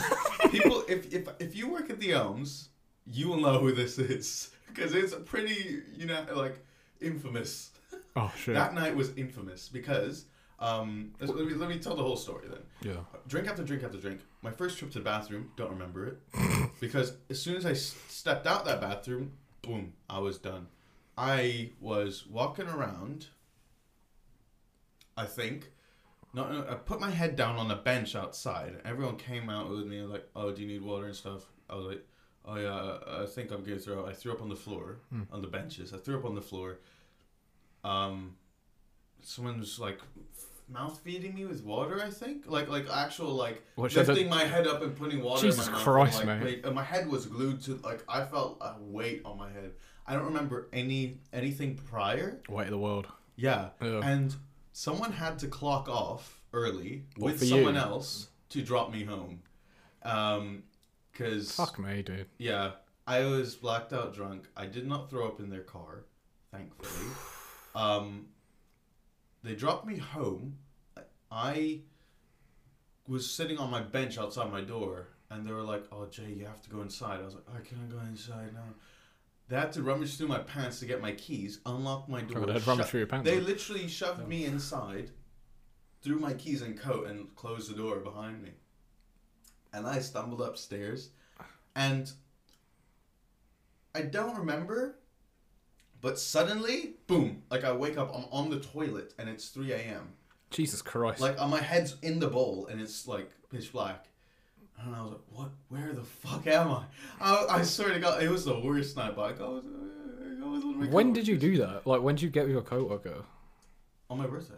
S1: people, if, if if you work at the Elms, you will know who this is because it's a pretty, you know, like infamous.
S2: Oh shit.
S1: That night was infamous because um, let me, let me tell the whole story then.
S2: Yeah.
S1: Drink after drink after drink. My first trip to the bathroom, don't remember it because as soon as I s- stepped out that bathroom, boom, I was done. I was walking around. I think. No, no, I put my head down on a bench outside. Everyone came out with me like, "Oh, do you need water and stuff?" I was like, "Oh yeah, I- I think I'm gonna throw." up." I threw up on the floor, on the benches. I threw up on the floor. Um, someone was like mouth feeding me with water. I think like like actual like
S2: What, she had to-
S1: lifting my head up and putting water.
S2: Jesus
S1: in my mouth
S2: Christ,
S1: and, like,
S2: mate.
S1: wait- and my head was glued to like I felt a weight on my head. I don't remember any anything prior.
S2: Weight of the world.
S1: Yeah.
S2: Yeah.
S1: And someone had to clock off early
S2: What for
S1: with
S2: you?
S1: someone else to drop me home. Um 'cause cause
S2: Fuck me, dude.
S1: yeah, I was blacked out drunk. I did not throw up in their car,
S2: [SIGHS]
S1: thankfully. um, they dropped me home. I was sitting on my bench outside my door, and they were like, "Oh, Jay, you have to go inside." I was like, "I can't go inside now." They had to rummage through my pants to get my keys, unlock my door.
S2: they had
S1: shut-
S2: rummaged through your pants,
S1: They
S2: huh?
S1: literally shoved me inside, threw my keys and coat, and closed the door behind me. And I stumbled upstairs, and I don't remember, but suddenly, boom! Like I wake up, I'm on the toilet, and it's three a.m.
S2: Jesus Christ.
S1: Like uh, my head's in the bowl, and it's like pitch black. And I was like, "What? Where the fuck am I?" I, I swear to God, it was the worst night. But I was, I was on my
S2: when
S1: couch.
S2: did you do that? Like when did you get with your coworker?
S1: on my birthday?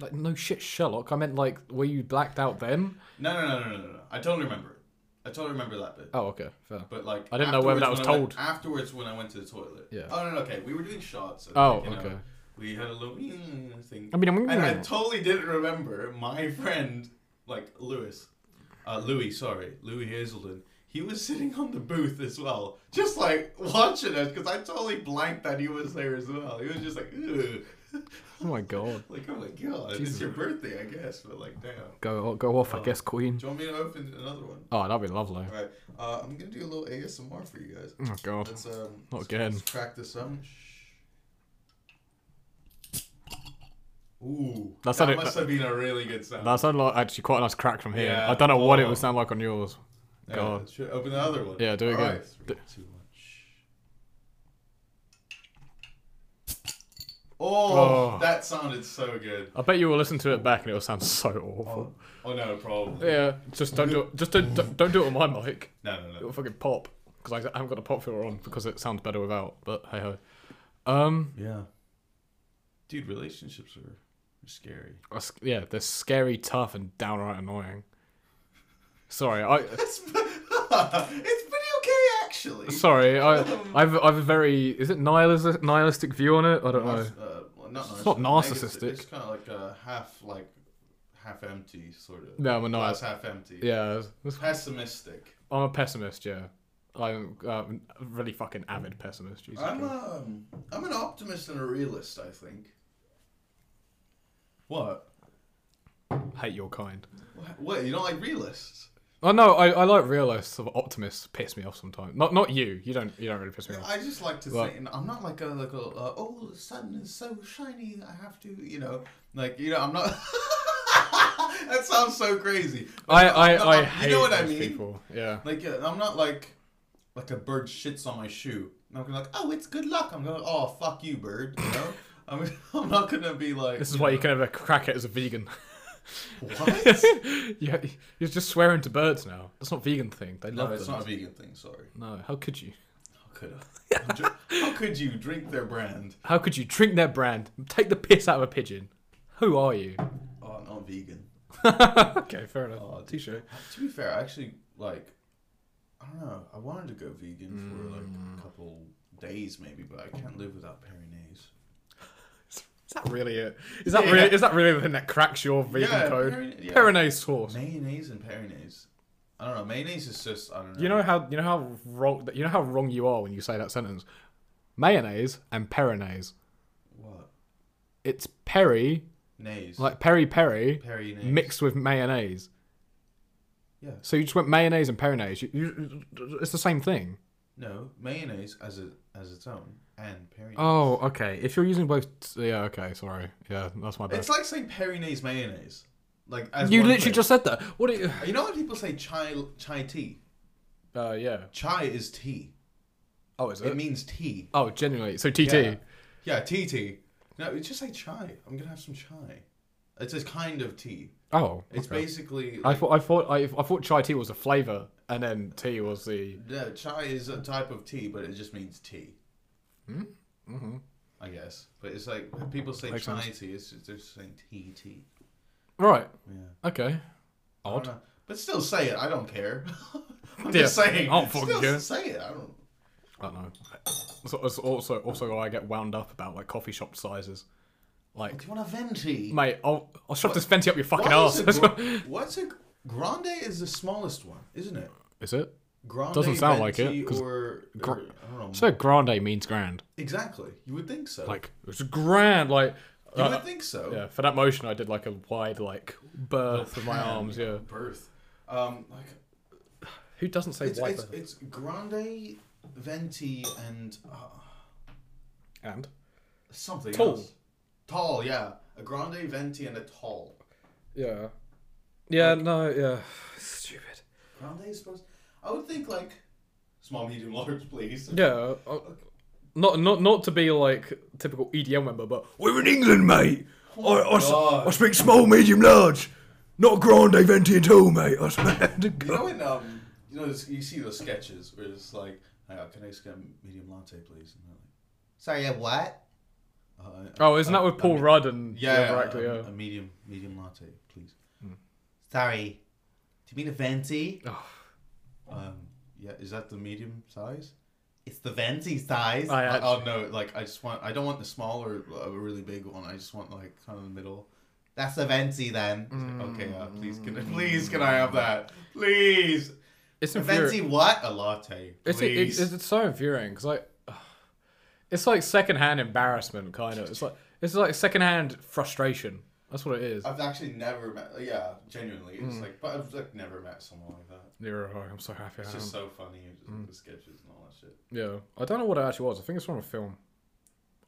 S2: Like no shit, Sherlock. I meant like were you blacked out then?
S1: No, no, no, no, no, no. I totally remember. it. I totally remember that bit.
S2: Oh okay, fair.
S1: But like,
S2: I didn't know whether that
S1: afterwards
S2: was
S1: when I went-
S2: told.
S1: afterwards, when I went to the toilet.
S2: Yeah.
S1: Oh no, no okay. We were doing shots. and,
S2: Oh,
S1: like, you know,
S2: okay.
S1: we had a little mm, thing.
S2: I mean, I'm-
S1: and I totally didn't remember my friend, like Lewis, uh, Louis. Sorry, Louis Hazelden. He was sitting on the booth as well, just like watching us, because I totally blanked that he was there as well. He was just like, Ew.
S2: Oh my god.
S1: [LAUGHS] like oh my god, it's your birthday, I guess, but like damn.
S2: Go go off, I
S1: Oh.
S2: guess, Queen.
S1: Do you want me to open another one?
S2: Oh, that'd be lovely.
S1: All right, uh, I'm gonna do a little ASMR for you guys.
S2: Oh my god.
S1: Let's um.
S2: Not
S1: let's-
S2: again.
S1: Let's crack this up. Ooh,
S2: That
S1: that,
S2: sounded-
S1: must have been a really good sound.
S2: That sounded like actually quite a nice crack from here.
S1: Yeah.
S2: I don't know what it
S1: Oh.
S2: would sound like on yours.
S1: Yeah,
S2: God.
S1: should open the other one.
S2: Yeah, do
S1: All
S2: it again.
S1: right, three, two, one. Oh,
S2: Oh.
S1: that sounded so good.
S2: I bet you will listen to it back and it'll sound so awful.
S1: Oh no, probably.
S2: Yeah, just don't do it. Just don't, don't don't do it on my mic.
S1: No, no,
S2: It'll
S1: no.
S2: fucking pop because I haven't got a pop filter on because it sounds better without. But hey ho. Um,
S1: Yeah. Dude, relationships are, are scary. [LAUGHS]
S2: that's- yeah, they're scary, tough, and downright annoying. Sorry, I
S1: It's, it's pretty okay actually.
S2: [LAUGHS] sorry I I've I've a very is it nihilistic nihilistic view on it? I don't know.
S1: Narciss- uh, well, not
S2: It's not narcissistic.
S1: It's kind of like a half like half empty sort of.
S2: No, I'm a nice-
S1: Glass half empty.
S2: Yeah, that's-
S1: Pessimistic.
S2: I'm a pessimist. Yeah, I'm uh, a really fucking avid pessimist. Jesus
S1: I'm
S2: Christ.
S1: um I'm an optimist and a realist. I think. What?
S2: hate your kind.
S1: Wha- What? You don't like realists?
S2: Oh no, I, I like realists. Of optimists piss me off sometimes. Not not you. You don't you don't really piss me off.
S1: I just like to
S2: Well-
S1: think. and I'm not like a like a uh, oh the sun is so shiny. I have to you know like you know I'm not. [LAUGHS] that sounds so crazy.
S2: I I,
S1: No,
S2: I
S1: you
S2: hate
S1: know what I
S2: those
S1: mean.
S2: people.
S1: [LAUGHS]
S2: Yeah.
S1: Like uh, I'm not like
S2: [LAUGHS]
S1: like a bird shits on my shoe. And I'm gonna like, oh, it's good luck. I'm going, oh, fuck you, bird. You know, I'm, [LAUGHS] I'm not gonna be like.
S2: This is why you can never crack it as a vegan. [LAUGHS]
S1: What?
S2: yeah, you're just swearing to birds now. That's not a vegan thing. They
S1: no,
S2: love
S1: it's
S2: birds.
S1: not a vegan thing. Sorry.
S2: No, how could you?
S1: How could I? I'm dr- How could you drink their brand?
S2: How could you drink their brand? Take the piss out of a pigeon. Who are you? [LAUGHS]
S1: Oh, I'm not vegan.
S2: okay, fair enough.
S1: Oh,
S2: T-shirt.
S1: To be fair, I actually like. I don't know. I wanted to go vegan for like a
S2: Mm.
S1: couple days maybe, but I can't live without Peronaise.
S2: Is that really it? Is that
S1: Yeah.
S2: really? Is that really the thing that cracks your vegan
S1: Yeah,
S2: code?
S1: Peron- yeah.
S2: Peronaise sauce.
S1: Mayonnaise and Peronaise. I don't know. Mayonnaise is just I don't know.
S2: You know how you know how wrong you know how wrong you are when you say that sentence. Mayonnaise and peronaise.
S1: what?
S2: It's peri
S1: Nays.
S2: like peri peri
S1: Peronaise.
S2: mixed with mayonnaise.
S1: Yeah.
S2: So you just went mayonnaise and peronaise. You, you, it's the same thing.
S1: No, mayonnaise as a as its own and Peronaise.
S2: Oh, okay. If you're using both, yeah. Okay, sorry. Yeah, that's my bad.
S1: It's like saying Peronaise mayonnaise. Like as
S2: you
S1: one
S2: literally
S1: thing.
S2: just said that. What? Are you,
S1: You know when people say chai chai tea?
S2: uh, yeah.
S1: Chai is tea.
S2: Oh, is it?
S1: It means tea.
S2: oh, genuinely. So TT.
S1: Yeah. Yeah, tea tea. No, it's just like chai. I'm gonna have some chai. It's a kind of tea.
S2: Oh,
S1: It's
S2: okay.
S1: basically
S2: I
S1: like,
S2: thought I thought I, I thought chai tea was a flavor, and then tea was the.
S1: no, chai is a type of tea, but it just means tea. Hmm. Mm-hmm. I guess, but it's like when people say
S2: Makes
S1: chai
S2: sense.
S1: tea. It's just, they're just saying tea tea.
S2: Right.
S1: Yeah.
S2: Okay.
S1: I don't
S2: Odd.
S1: know. But still say it. I don't care. [LAUGHS] I'm
S2: Yeah,
S1: just saying.
S2: I don't fucking
S1: still
S2: care.
S1: Say it. I don't.
S2: I don't know. So, it's also, also, why I get wound up about like coffee shop sizes. Like,
S1: Do you want a venti?
S2: mate, I'll, I'll shove this venti up your fucking
S1: Why is
S2: ass.
S1: it gr- What's a grande? Is the smallest one, isn't it?
S2: [LAUGHS] Is it?
S1: Grande
S2: Doesn't sound like it,
S1: venti
S2: 'cause
S1: Or,
S2: gr-
S1: or- I don't know.
S2: So grande means grand.
S1: exactly. You would think so.
S2: Like it's grand. Like
S1: you
S2: uh,
S1: would think so.
S2: yeah. For that motion, I did like a wide like berth with my
S1: Pan,
S2: arms. Yeah.
S1: Birth. Um, like
S2: Who doesn't say
S1: it's
S2: wide
S1: it's,
S2: berth?
S1: it's grande, venti, and uh,
S2: and
S1: something
S2: Tall.
S1: else. Tall. Yeah. A grande, venti, and a tall.
S2: yeah, yeah. no. Yeah. [SIGHS] Stupid.
S1: Grande is supposed. I would think like small, medium, [LAUGHS] large, please.
S2: Yeah, uh, not not not to be like typical EDM member, but we're in England, mate. I, I, s-
S1: Oh God.
S2: I speak small, medium, large, not grande, venti, and tall, mate. I swear to
S1: You know
S2: God.
S1: when um, you know you see those sketches where it's like, hey, uh, can I just get a medium latte, please? And they're like, sorry, a what? Uh,
S2: Oh, isn't that with Paul Rudd and
S1: yeah, yeah,
S2: Brackley,
S1: a,
S2: [LAUGHS] yeah.
S1: a medium medium latte, please. Sorry, do you mean a venti?
S2: Oh.
S1: Um, yeah, is that the medium size? It's the venti size.
S2: I
S1: Uh,
S2: actually-
S1: oh no, like I just want, I don't want the small or a really big one. I just want like kind of the middle. That's a venti then. It's like, okay, uh, please can I, please can I have
S2: Mm.
S1: that, please?
S2: It's
S1: A venti
S2: infuri-
S1: what? A latte,
S2: It's, it,
S1: please.
S2: it's it's so infuriating because like, it's like secondhand embarrassment, kind of. It's like it's like secondhand frustration. That's what it is.
S1: I've actually never met. Yeah, genuinely, it's
S2: Hmm.
S1: like, but I've like never met someone like that.
S2: You're right, I'm so happy. I
S1: It's
S2: am.
S1: just so funny, you just
S2: Hmm.
S1: the sketches and all that shit.
S2: Yeah, I don't know what it actually was. I think it's from a film.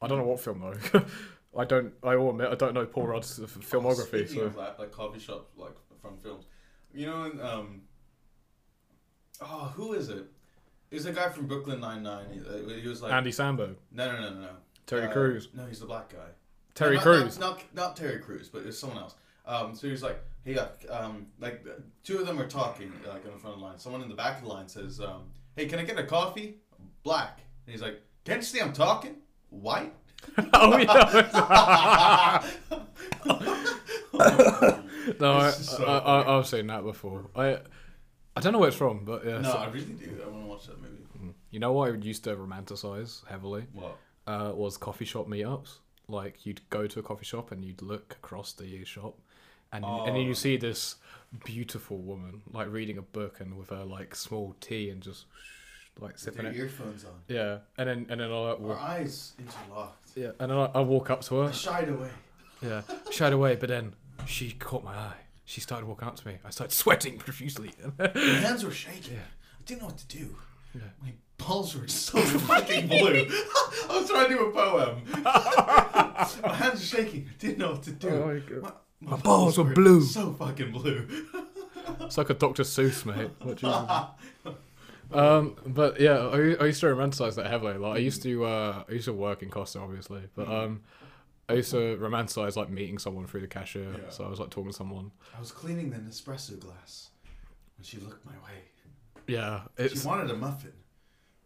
S2: I don't know what film though. [LAUGHS] I don't. I will admit I don't know Paul Rudd's f- filmography.
S1: Speaking
S2: So
S1: of that, like coffee shop, like from films, you know, and, um, oh, who is it? It's a guy from Brooklyn Nine Nine. He, uh, he was like,
S2: Andy Samberg,
S1: no, no, no, no, no.
S2: Terry
S1: Uh,
S2: Crews.
S1: No, he's the black guy.
S2: Terry
S1: No, not- [LAUGHS]
S2: Crews.
S1: Not, not not Terry Crews, but it's someone else. Um, so he's like, hey, uh, um, like the- two of them are talking like in the front of the line. Someone in the back of the line says, um, hey, can I get a coffee? Black. And he's like, can't you see I'm talking?
S2: [LAUGHS]
S1: White. [LAUGHS]
S2: oh yeah. [LAUGHS] no, I,
S1: [LAUGHS] This is so
S2: I, I, I've seen that before. I I don't know where it's from, but yeah.
S1: No,
S2: so-
S1: I really do. I want to watch that movie.
S2: you know what I used to romanticize heavily
S1: What?
S2: uh, was coffee shop meetups. Like you'd go to a coffee shop and you'd look across the shop, and and then you see this beautiful woman like reading a book and with her like small tea and just like
S1: With
S2: sipping
S1: your
S2: it.
S1: earphones on.
S2: Yeah, and then and then I like
S1: Our
S2: walk,
S1: eyes interlocked.
S2: yeah, and then I, I walk up to her.
S1: Shied away.
S2: Yeah, shied away, but then she caught my eye. She started walking up to me. I started sweating profusely. [LAUGHS]
S1: My hands were shaking. I didn't know what to do. My balls were
S2: [LAUGHS]
S1: so fucking blue. [LAUGHS] I was trying to do a poem. [LAUGHS] my hands were shaking. I didn't know what to do.
S2: Oh my God.
S1: my,
S2: balls were blue.
S1: So fucking blue. [LAUGHS]
S2: it's like a Dr. Seuss, mate. What do you- um, but yeah,
S1: Hmm.
S2: I, I used to romanticize that heavily. Like I used to, uh, I used to work in Costa, obviously, but um, I used to romanticize like meeting someone through the cashier.
S1: Yeah.
S2: So I was like talking to someone.
S1: I was cleaning the Nespresso glass when she looked my way.
S2: Yeah,
S1: She
S2: it's
S1: wanted a muffin.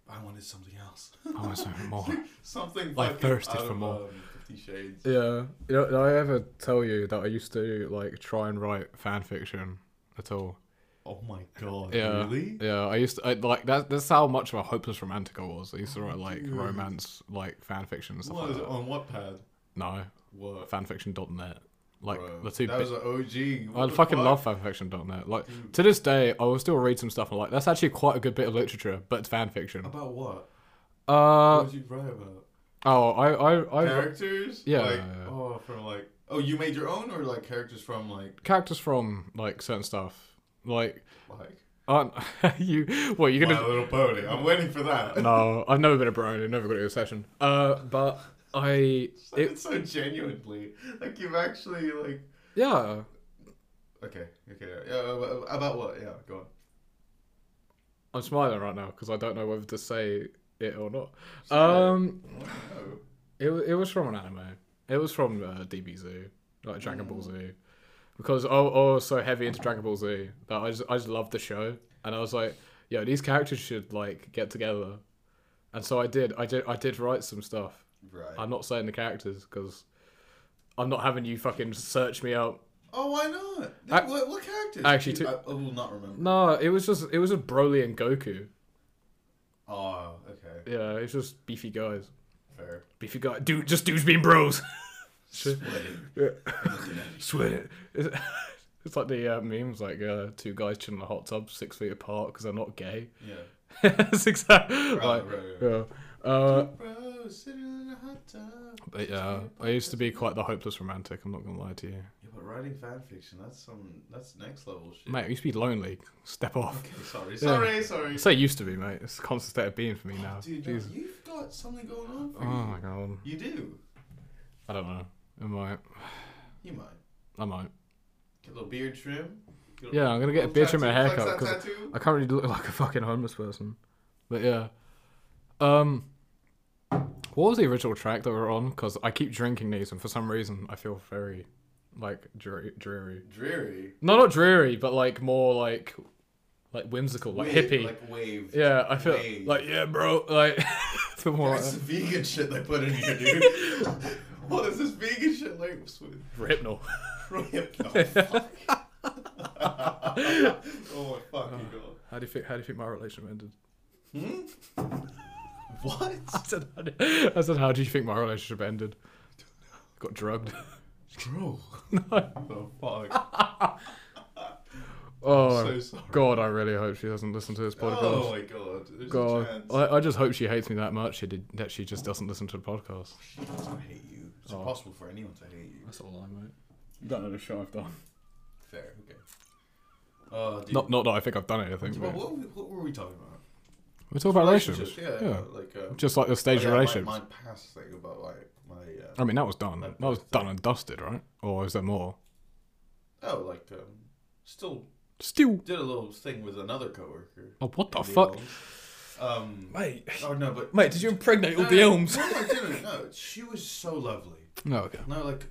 S1: but I wanted something else. [LAUGHS]
S2: I want something more.
S1: something
S2: I
S1: fucking
S2: thirsted
S1: out
S2: for
S1: of,
S2: more.
S1: um, Fifty Shades.
S2: [LAUGHS] Yeah, you know, did I ever tell you that I used to like try and write fan fiction at all?
S1: Oh my god!
S2: Yeah,
S1: Really?
S2: yeah. I used to I, like that. That's how much of a hopeless romantic I was. I used to write like
S1: Dude.
S2: romance, like fan fiction and stuff
S1: What
S2: like
S1: is it
S2: that.
S1: on Wattpad?
S2: No,
S1: What?
S2: fanfiction.net. Like
S1: bro?
S2: the two.
S1: That
S2: bi-
S1: was an OG.
S2: I
S1: What the
S2: fucking
S1: fuck?
S2: love fanfiction.net. Like to this day, I will still read some stuff and like that's actually quite a good bit of literature, but it's fan fiction.
S1: About what?
S2: Uh
S1: what did you write about?
S2: oh, I I, I
S1: characters?
S2: yeah,
S1: Like,
S2: yeah, yeah.
S1: Oh, from like. Oh, you made your own, or like characters from like
S2: characters from like certain stuff. Like
S1: like.
S2: aren't [LAUGHS] you? What you
S1: My
S2: gonna?
S1: Little Pony. I'm waiting for that.
S2: [LAUGHS] no, I've never been a brown. I've never got to a session. Uh, but I it
S1: [LAUGHS] It's so genuinely like you've actually like.
S2: yeah.
S1: Okay. Okay. Yeah. uh, About what? Yeah. Go on.
S2: I'm smiling right now because I don't know whether to say it or not. Um,
S1: Oh,
S2: It, wa- it was from an anime. It was from uh, DBZ, like Dragon Ball Z, because I, I was so heavy into Dragon Ball Z that I just I just loved the show, and I was like, yo, these characters should like get together, and so I did. I did. I did write some stuff.
S1: right.
S2: I'm not saying the characters because I'm not having you fucking search me up.
S1: oh, why not?
S2: I-
S1: what, what characters?
S2: Actually,
S1: Dude,
S2: to-
S1: I, I will not remember.
S2: No, it was just it was just Broly and Goku.
S1: Oh, okay.
S2: Yeah, it was just beefy guys.
S1: Fair.
S2: Beefy guy, dude, just dudes being bros. [LAUGHS]
S1: Sweating.
S2: Yeah.
S1: Looking at you.
S2: Sweat. It's, [LAUGHS] it's like the uh, memes, like uh, two guys chilling in a hot tub six feet apart because they're not gay. [LAUGHS]
S1: Yeah.
S2: it's exactly
S1: Right,
S2: like,
S1: right, right.
S2: yeah. Uh,
S1: Bro, sitting in a hot tub.
S2: but yeah, I used to be quite the hopeless romantic. I'm not gonna lie to you,
S1: Yeah, but writing fan fiction, that's some, that's next level shit.
S2: mate. I used to be lonely. Step off.
S1: Okay, sorry, sorry, sorry.
S2: I say used to be, mate. It's a constant state of being for me now.
S1: Oh, Dude, no,
S2: Jesus.
S1: you've got something going on for
S2: Oh
S1: you.
S2: my god.
S1: You do.
S2: I don't know. I might.
S1: You might.
S2: I might.
S1: Get a little beard trim. Get a
S2: Yeah, I'm gonna get a
S1: little
S2: beard trim and a
S1: tattoo, flex
S2: haircut,
S1: that
S2: 'cause
S1: tattoo.
S2: I can't really look [LAUGHS] like a fucking homeless person. But yeah. Um what was the original track that we were on? Because I keep drinking these and for some reason I feel very like dreary, dreary.
S1: Dreary.
S2: No not dreary, but like more like like whimsical, like
S1: Wave,
S2: hippie.
S1: Like wave.
S2: yeah, I feel
S1: wave.
S2: like yeah, bro, like [LAUGHS] feel more like
S1: That's the
S2: that.
S1: [LAUGHS] vegan shit they put in here, dude. what is this vegan shit like? What's with-
S2: [LAUGHS] Hypnol.
S1: Rip.
S2: [LAUGHS]
S1: Oh, fuck. [LAUGHS] oh my
S2: Uh.
S1: fucking god. Hmm?
S2: How do you think how do you think my relationship ended? [LAUGHS]
S1: What?
S2: I said, how do- I said, how do you think my relationship ended?
S1: [LAUGHS]
S2: Got drugged.
S1: Bro. Oh fuck.
S2: Oh
S1: so sorry.
S2: God, I really hope she doesn't listen to this podcast.
S1: Oh my god. There's a
S2: God,
S1: chance.
S2: I, I just hope she hates me that much she did, that she just doesn't listen to the podcast.
S1: She doesn't hate you. It's impossible for anyone to hate you.
S2: That's all I mate. You don't know the show I've done.
S1: Fair. Okay. Uh, dude.
S2: Not, not that I think I've done anything.
S1: Well,
S2: But
S1: what, were we- what were we talking about?
S2: we're talking about relationships.
S1: Yeah,
S2: yeah.
S1: like uh,
S2: Just like the stage
S1: yeah,
S2: of relationships.
S1: My, my past thing about like my uh,
S2: I mean, that was done. That was done and dusted, right? Or is there more?
S1: oh like um, still
S2: Still.
S1: did a little thing with another coworker.
S2: Oh, what the
S1: The
S2: fuck?
S1: Elms. Um,
S2: Mate. [LAUGHS]
S1: oh no, but
S2: Mate, did you impregnate all
S1: no,
S2: the
S1: no,
S2: elms?
S1: No, I didn't. No, she was so lovely.
S2: [LAUGHS] No, okay.
S1: No, like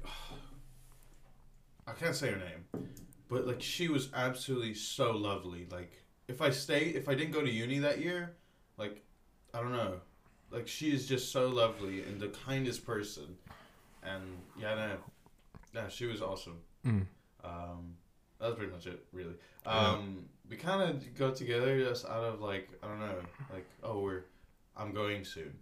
S1: [SIGHS] I can't say her name, but like she was absolutely so lovely. Like if I stayed, if I didn't go to uni that year, like I don't know, like she is just so lovely and the kindest person, and yeah, no, yeah, she was awesome.
S2: Mm.
S1: Um, that was pretty much it, really. Um, we kind of got together just out of like I don't know, like oh we're I'm going soon.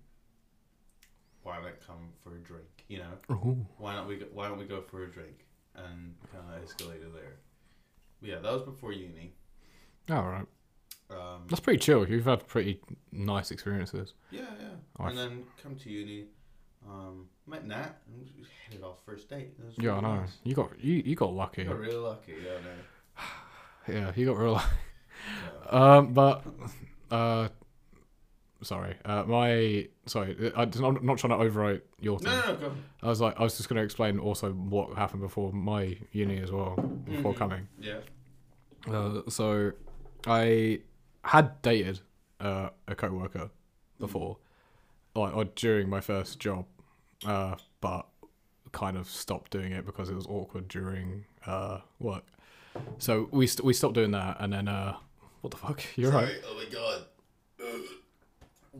S1: Why not come for a drink? You know
S2: Ooh.
S1: why don't we go, why don't we go for a drink and kind of escalated there. But yeah, that was before uni.
S2: All right.
S1: Um,
S2: That's pretty chill. You've had pretty nice experiences.
S1: yeah, yeah.
S2: Oh, I
S1: and then come to uni, um, met Nat and we hit it off first date. It was
S2: Yeah, I
S1: really
S2: know.
S1: nice.
S2: You got you, you got lucky.
S1: We got really lucky. Yeah, I
S2: Yeah, he got real.
S1: know.
S2: um, but uh, sorry. Uh, my sorry. I, I'm not trying to overwrite your thing.
S1: No, no, no. Go.
S2: I was like, I was just going to explain also what happened before my uni as well before
S1: Mhm.
S2: coming.
S1: Yeah.
S2: Uh, so I had dated uh, a coworker
S1: Mm.
S2: before, like or during my first job, uh, but kind of stopped doing it because it was awkward during uh, work. So we st- we stopped doing that, and then uh, what the fuck? [LAUGHS] You're right.
S1: Oh my god.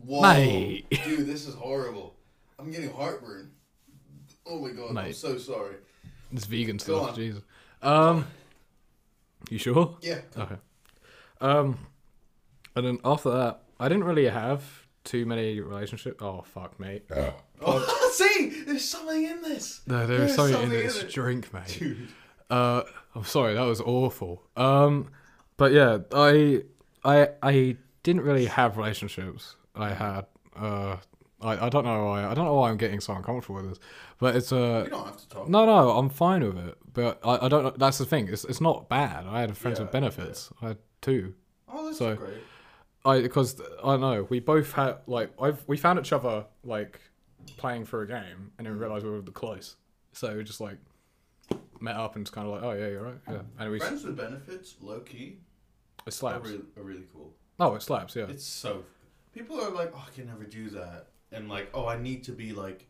S1: Whoa.
S2: Mate.
S1: Dude, this is horrible. I'm getting heartburn. Oh my god, I'm
S2: Mate.
S1: so sorry.
S2: This vegan
S1: Go
S2: stuff,
S1: on.
S2: Jesus. Um, you sure?
S1: Yeah.
S2: Okay. Um, and then after that, I didn't really have too many relationships. Oh fuck, mate.
S1: Oh, [LAUGHS] see, there's something in this.
S2: No, there
S1: There's
S2: is something in
S1: something
S2: this
S1: in it.
S2: drink, mate.
S1: Dude.
S2: Uh, I'm sorry, that was awful. Um, but yeah, I, I, I didn't really have relationships. I had, uh, I, I don't know why. I don't know why I'm getting so uncomfortable with this, but it's uh,
S1: You don't have to talk.
S2: no, no, I'm fine with it. But I, I don't. That's the thing. It's, it's not bad. I had friends with
S1: Yeah,
S2: benefits. I had two.
S1: Oh, that's
S2: So-
S1: great.
S2: I because I don't know we both had like I've we found each other like playing for a game and then we realized we were close, so we just like met up and just kind of like oh yeah you're right
S1: Mm.
S2: yeah and we
S1: Friends with benefits, low key,
S2: it
S1: are
S2: slaps
S1: really, are really cool.
S2: oh it slaps yeah
S1: It's so. People are like, oh, I can never do that. And like, oh, I need to be like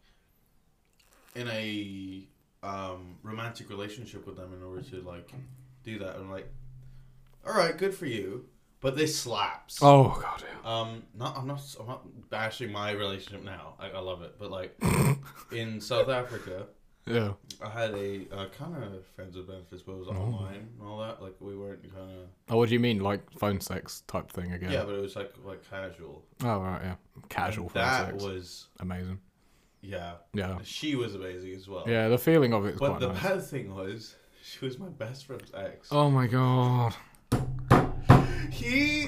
S1: in a um, romantic relationship with them in order to like do that. And I'm like, all right, good for you. But this slaps.
S2: oh god yeah.
S1: Um, not I'm not I'm not bashing my relationship now. I, I love it, but
S2: [LAUGHS]
S1: like in South Africa,
S2: yeah
S1: I had a uh, kind of friends with benefits, but it was online and all that. Like we weren't kind of
S2: oh what do you mean like phone sex type thing again
S1: yeah. but it was like like casual.
S2: oh right yeah casual
S1: And
S2: phone
S1: that
S2: sex
S1: was
S2: amazing
S1: yeah.
S2: yeah
S1: She was amazing as well.
S2: yeah the feeling of it is
S1: But
S2: quite
S1: the
S2: nice
S1: bad thing was, she was my best friend's ex.
S2: oh my god
S1: He,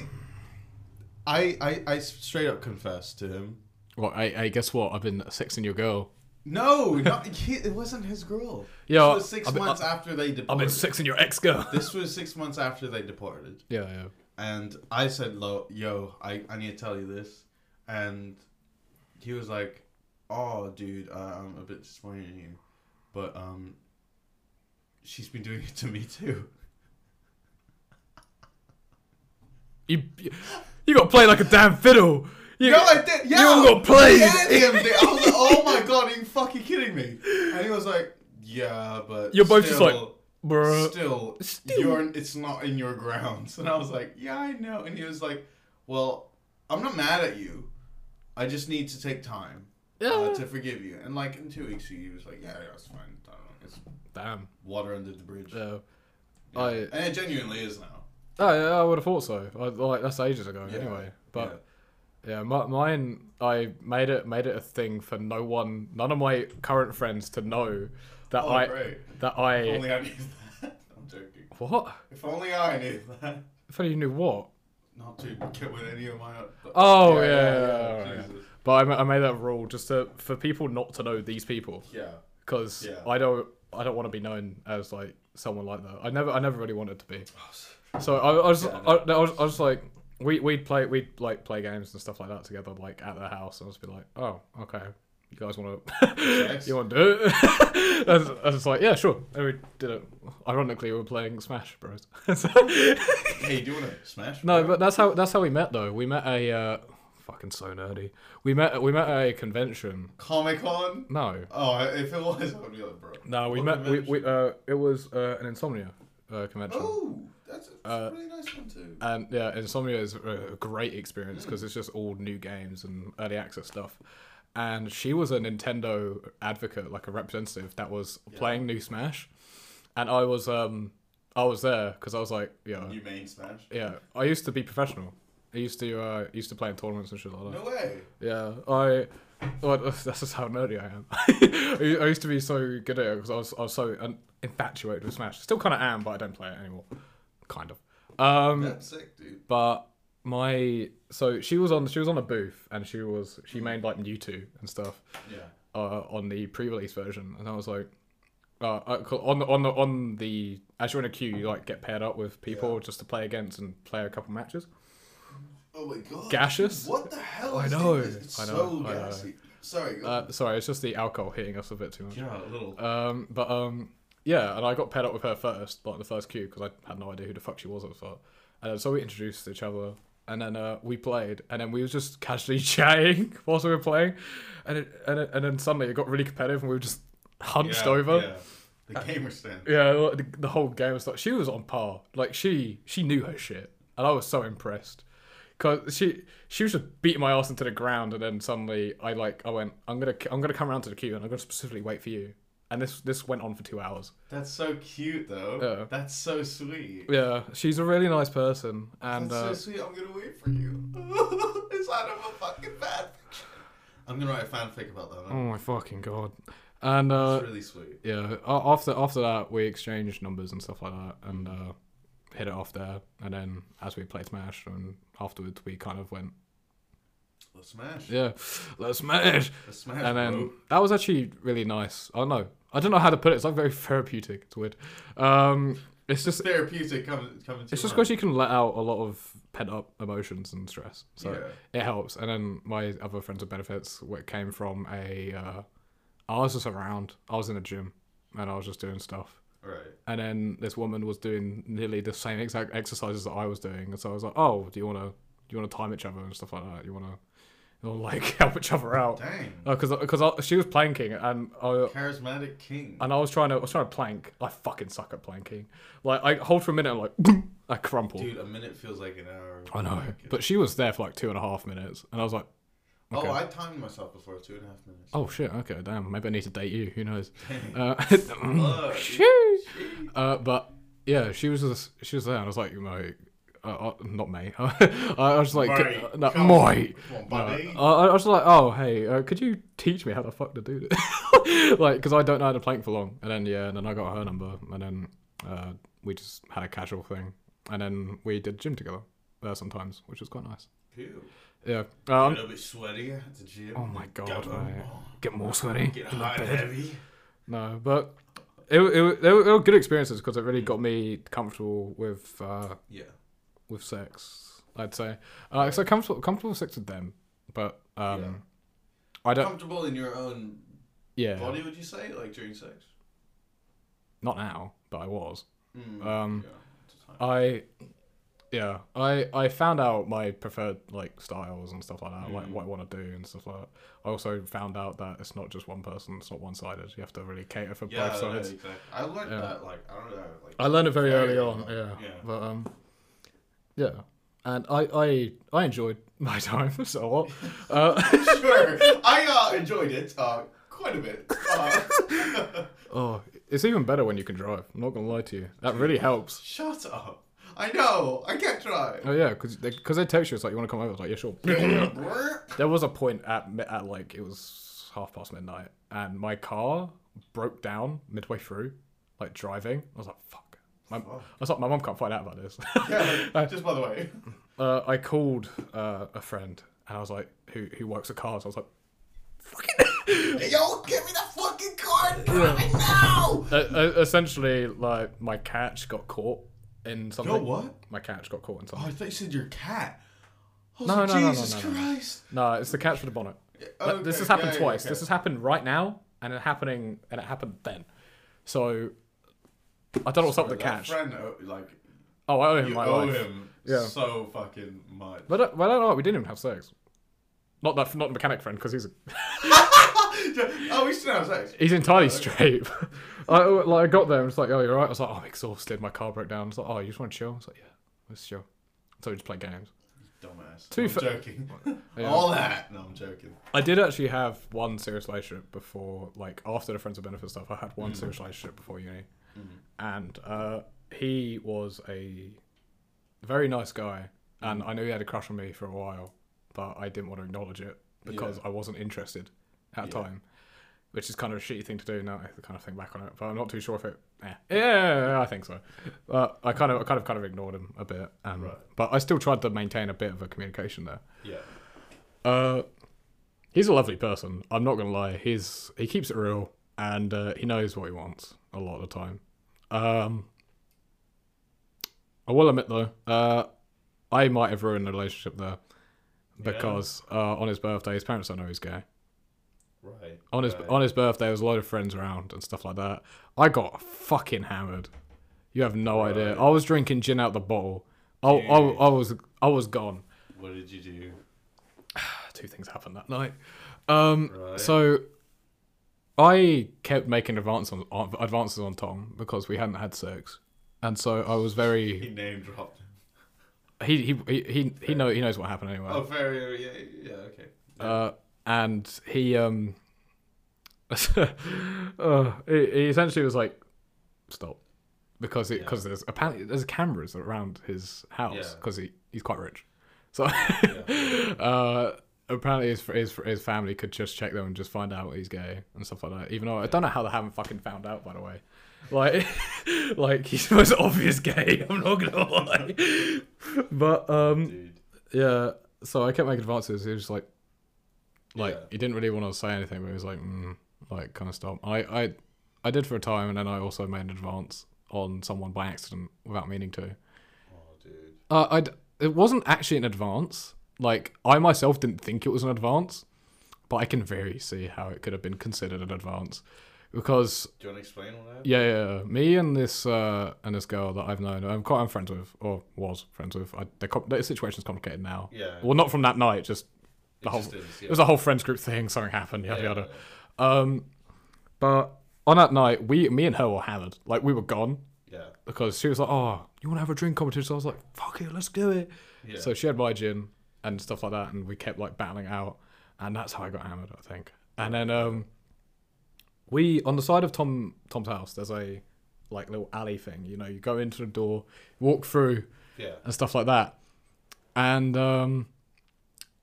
S1: I, I, I straight up confessed to him.
S2: well I, I guess what I've been sexing your girl [LAUGHS]
S1: No, not, he, it wasn't his girl.
S2: Yeah,
S1: this was 6
S2: I've been-
S1: months after they deported.
S2: I've been sexing your ex girl
S1: This was six months after they deported,
S2: [LAUGHS] yeah yeah
S1: and I said, "Lo, yo, I, I need to tell you this," and he was like, "Oh, dude, uh, I'm a bit disappointed in you, but um, she's been doing it to me too."
S2: You, you got to play like a damn fiddle. You,
S1: No, I did. Yeah,
S2: You all got played.
S1: Yeah,
S2: [LAUGHS]
S1: damn, dude. I was like, "Oh my god, are you fucking kidding me?" And he was like, "Yeah, but
S2: You're both just
S1: still-
S2: Bruh.
S1: still,
S2: Still.
S1: you're it's not in your grounds. [LAUGHS] And I was like, yeah, I know. And he was like, well, I'm not mad at you. I just need to take time uh,
S2: Yeah.
S1: to forgive you. And like in two weeks, he was like, yeah, yeah, it's fine. I don't know. It's
S2: Damn.
S1: water under the bridge.
S2: Yeah.
S1: Yeah.
S2: I,
S1: and it genuinely is now.
S2: I, I would have thought so. I, like that's ages ago.
S1: Yeah.
S2: Anyway, but yeah, my, mine. I made it made it a thing for no one, none of my current friends to know that
S1: Oh,
S2: I
S1: great.
S2: that
S1: If
S2: I
S1: only I knew that. [LAUGHS] I'm joking.
S2: what?
S1: If only I knew that.
S2: If only you knew what.
S1: Not to get with any of my.
S2: Oh yeah, yeah, yeah, yeah.
S1: Jesus.
S2: But I, ma- I made that rule just to for people not to know these people.
S1: yeah.
S2: because
S1: Yeah.
S2: I don't I don't want to be known as like someone like that. I never I never really wanted to be. So I, I was I, I was I was like we we'd play we'd like play games and stuff like that together like at their house. and I was be like oh okay you guys [LAUGHS] want to
S1: Sex?
S2: you want to do it? [LAUGHS] I, was, I was like yeah sure and we did it. Ironically we were playing Smash Bros. [LAUGHS] So-
S1: Hey, do you want to smash?
S2: no,
S1: bro?
S2: but that's how that's how we met though. We met a uh, fucking so nerdy. We met we met at a convention.
S1: Comic Con.
S2: No,
S1: Oh, if it was, I would be like, bro.
S2: No, we
S1: What
S2: met. We,
S1: convention?
S2: we uh, it was uh, an insomnia uh, convention.
S1: Oh, that's a, that's
S2: Uh,
S1: a really nice one too.
S2: And yeah, insomnia is a a great experience because it's just all new games and early access stuff. And she was a Nintendo advocate, like a representative that was playing new Smash, and I was um I was there because I was like yeah
S1: You main smash?
S2: yeah I used to be professional. I used to uh, used to play in tournaments and shit like that.
S1: No way.
S2: Yeah, I. Well, [LAUGHS] that's just how nerdy I am. [LAUGHS] I I used to be so good at it because I was, I was so un- infatuated with Smash. Still kind of am, but I don't play it anymore. Kind of. Um,
S1: That's sick, dude.
S2: But my so she was on she was on a booth and she was she made like Mewtwo and stuff
S1: Yeah.
S2: uh, on the pre-release version, and I was like, uh, I- 'cause on the on the on the as you're in a queue, you like get paired up with people just to play against and play a couple matches.
S1: Oh my god.
S2: Gaseous? Oh,
S1: What the hell?
S2: I
S1: is
S2: know,
S1: this? It's
S2: I
S1: so
S2: know, I know.
S1: gassy. Sorry. Go.
S2: Uh, sorry, it's just the alcohol hitting us a bit too much.
S1: yeah, a little.
S2: Um, but um, yeah, and I got paired up with her first, like the first queue, because I had no idea who the fuck she was at the start. And then, so we introduced each other, and then uh, we played, and then we were just [LAUGHS] casually chatting whilst we were playing, and it, and it, and then suddenly it got really competitive, and we were just hunched
S1: Yeah,
S2: over.
S1: Yeah.
S2: Uh,
S1: The gamer stand.
S2: Yeah, well, the, the whole game was like she was on par. Like she she knew her shit, and I was so impressed. Cause she she was just beating my ass into the ground, and then suddenly I like I went I'm gonna I'm gonna come around to the queue, and I'm gonna specifically wait for you. And this this went on for two hours.
S1: That's so cute, though.
S2: Yeah.
S1: That's so sweet.
S2: Yeah, she's a really nice person, and
S1: That's
S2: uh,
S1: so sweet. I'm gonna wait for you. [LAUGHS] Is that of a fucking fanfiction? I'm gonna write a fanfic about that.
S2: oh
S1: One.
S2: my fucking god, and uh,
S1: It's really sweet.
S2: yeah a- after after that we exchanged numbers and stuff like that and uh hit it off there and then as we played smash and afterwards we kind of went
S1: Let's smash.
S2: yeah let's smash
S1: Let's smash,
S2: and then
S1: bro.
S2: that was actually really nice i don't know i don't know how to put it it's like very [LAUGHS] therapeutic it's weird um it's just
S1: Therapeutic coming coming to
S2: it's just
S1: mind.
S2: because you can let out a lot of pent up emotions and stress, so
S1: Yeah.
S2: it helps. And then my other friends with benefits what came from a, uh, I was just around. I was in a gym, and I was just doing stuff.
S1: Right.
S2: And then this woman was doing nearly the same exact exercises that I was doing, and so I was like, "Oh, do you want to do you want to time each other and stuff like that? You want to, you wanna, like [LAUGHS] help each other out?"
S1: Dang.
S2: Because because she was planking, and I,
S1: Charismatic king.
S2: and Uh, I was trying to I was trying to plank. I fucking suck at planking. Like I hold for a minute, and like [LAUGHS] I crumple.
S1: Dude, a minute feels like an hour. Oh
S2: I know,
S1: Like,
S2: but she was there for like two and a half minutes, and I was like, okay.
S1: Oh, I timed myself before two and a half minutes.
S2: oh shit, okay, damn, maybe I need to date you.
S1: [LAUGHS]
S2: Who knows? Uh, [LAUGHS]
S1: Fuck.
S2: shoo. uh, but yeah, she was just, she was there, and I was like, you know, uh, uh, not me. [LAUGHS] I was just like,
S1: Mate,
S2: uh, no,
S1: come
S2: my.
S1: on. Come on,
S2: No,
S1: buddy.
S2: I, I was just like, oh hey, uh, could you teach me how the fuck to do this? [LAUGHS] like, because I don't know how to plank for long. And then yeah, and then I got her number, and then uh, we just had a casual thing, and then we did gym together uh, sometimes, which was quite nice.
S1: Phew.
S2: Yeah.
S1: A
S2: Um,
S1: little bit sweaty at the gym.
S2: oh my god.
S1: Get,
S2: I get more sweaty.
S1: get
S2: in the
S1: hot and
S2: bed.
S1: heavy.
S2: No, but it, wa- it, wa- they, were, they were good experiences because it really got me comfortable with uh,
S1: Yeah.
S2: with sex. I'd say. Uh, so comfortable comfortable with sex with them, but um,
S1: Yeah.
S2: I don't.
S1: Comfortable in your own
S2: Yeah.
S1: body, would you say? Like during sex?
S2: Not now, but I was.
S1: Mm,
S2: Um,
S1: yeah, it's a time.
S2: I. Yeah, I, I found out my preferred like styles and stuff like that, like what I want to do and stuff like that. I also found out that it's not just one person, it's not one sided. You have to really cater for
S1: Yeah,
S2: both
S1: yeah,
S2: sides.
S1: exactly. I learned
S2: Yeah.
S1: that like I don't know, like
S2: I learned it very
S1: Very
S2: early
S1: early
S2: on,
S1: on,
S2: yeah.
S1: yeah.
S2: But um, yeah, and I I I enjoyed [LAUGHS] my time somewhat.
S1: [LAUGHS]
S2: Uh, [LAUGHS]
S1: sure. I uh, enjoyed it uh, quite a bit. Uh, [LAUGHS]
S2: oh, it's even better when you can drive. I'm not gonna lie to you. That [LAUGHS] really helps.
S1: shut up. I know. I can't try.
S2: [LAUGHS] Oh yeah, because they, 'cause they text you, it's like you want to come over. It's like yeah, sure. [LAUGHS] there was a point at mi- at like it was half past midnight, and my car broke down midway through, like driving. I was like, fuck. My, I was like, my mom can't find out about this. [LAUGHS]
S1: yeah, like, just by the way.
S2: uh, I called uh, a friend and I was like, who, who works at cars? I was like, fucking.
S1: Yo, give me that fucking card right now.
S2: uh, uh, essentially, like, my catch got caught in something.
S1: Yo, what?
S2: My catch got caught in
S1: Oh, I
S2: something.
S1: thought you said your cat. I was
S2: No,
S1: like,
S2: no, no, no,
S1: Jesus
S2: no, no.
S1: Christ.
S2: No, it's the catch for the bonnet. But this
S1: okay,
S2: has happened
S1: Oh, yeah, yeah,
S2: twice.
S1: okay.
S2: This has happened right now, and it happening, and it happened then. So, I don't know what's up with the
S1: That
S2: catch.
S1: Friend, uh, like
S2: Oh, I owe him
S1: you
S2: my
S1: owe
S2: life.
S1: him
S2: Yeah.
S1: so fucking much. [LAUGHS]
S2: But uh, well, I don't know. We didn't even have sex. Not that, not the mechanic friend, because he's a
S1: oh, we still have sex.
S2: He's
S1: [LAUGHS]
S2: entirely straight. [LAUGHS] I like I got there and it's like, oh, you're right. I was like, oh, I'm exhausted. My car broke down. It's like, oh, you just want to chill? I was like, yeah, let's chill. So we just play games.
S1: Dumbass.
S2: Two
S1: I'm
S2: fa-
S1: joking.
S2: Yeah.
S1: All that. No, I'm joking.
S2: I did actually have one serious relationship before, like after the friends of benefit stuff. I had
S1: Mm.
S2: one serious relationship before uni,
S1: Mm-hmm.
S2: and uh, he was a very nice guy,
S1: Mm.
S2: and I knew he had a crush on me for a while, but I didn't want to acknowledge it because
S1: Yeah.
S2: I wasn't interested at the time, which is kind of a shitty thing to do now. I kind of think back on it, but I'm not too sure if it. Eh. Yeah, I think so. But I kind of, I kind of, kind of ignored him a bit, and
S1: Right.
S2: but I still tried to maintain a bit of a communication there.
S1: Yeah.
S2: Uh, he's a lovely person. I'm not gonna lie. He's he keeps it real and uh, he knows what he wants a lot of the time. Um, I will admit though, uh, I might have ruined the relationship there because uh, on his birthday, his parents don't know he's gay.
S1: Right.
S2: On his
S1: right.
S2: on his birthday, there was a lot of friends around and stuff like that. I got fucking hammered. You have no idea. I was drinking gin out the bottle. I, I, I was I was gone [SIGHS]
S1: What did you do?
S2: two things happened that night. Um,
S1: Right.
S2: So I kept making advances on on- advances on Tom because we hadn't had sex, and so I was
S1: He
S2: very
S1: name dropped.
S2: he he he he, he know he knows what happened anyway.
S1: Oh, very yeah, yeah okay.
S2: [LAUGHS] Uh, and he um [LAUGHS] uh, he, he essentially was like stop because it because there's apparently there's cameras around his house
S1: Yeah.
S2: because he he's quite rich so uh apparently his, his his family could just check them and just find out he's gay and stuff like that even though i don't know how they haven't fucking found out by the way like [LAUGHS] like he's the most obvious gay [LAUGHS] i'm not gonna lie but um
S1: Dude.
S2: yeah. So I kept making advances. He was just like, like
S1: Yeah.
S2: he didn't really want to say anything, but he was like, mm, like kind of stop. I, I, I did for a time, and then I also made an advance on someone by accident without meaning to.
S1: Oh, dude.
S2: Uh, I, it wasn't actually an advance. Like I myself didn't think it was an advance, but I can very see how it could have been considered an advance, because
S1: Do you want to explain what happened?
S2: yeah, yeah, yeah. me and this uh, and this girl that I've known, I'm quite I'm friends with, or was friends with. I, the, com- the situation's complicated now.
S1: Yeah.
S2: Well, not from that night. Just the
S1: It
S2: whole.
S1: just is, yeah.
S2: It was a whole friends group thing. Something happened. Yada
S1: Yeah,
S2: yada. Um, but on that night, we, me and her were hammered. Like we were gone
S1: Yeah.
S2: because she was like, "Oh, you want to have a drink competition?" So I was like, "Fuck it, let's do it."
S1: Yeah.
S2: So she had my gin and stuff like that, and we kept like battling out, and that's how I got hammered, I think. And then um, we on the side of Tom Tom's house, there's a like little alley thing. You know, you go into the door, walk through,
S1: Yeah.
S2: and stuff like that. And um,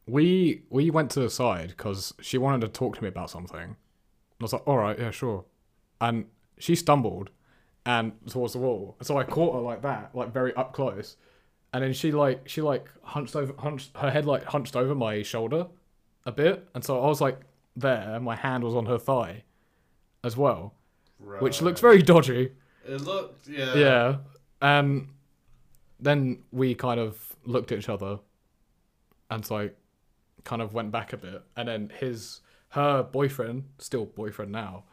S2: we we went to the side because she wanted to talk to me about something. And I was like, all right, yeah, sure. And she stumbled and towards the wall. So I caught her like that, like very up close. And then she like she like hunched over hunched her head like hunched over my shoulder a bit. And so I was like there, and my hand was on her thigh as well.
S1: Oh.
S2: Which looks very dodgy.
S1: It looked. Yeah.
S2: Yeah. Um then we kind of looked at each other and so I kind of went back a bit and then his her boyfriend, still boyfriend now,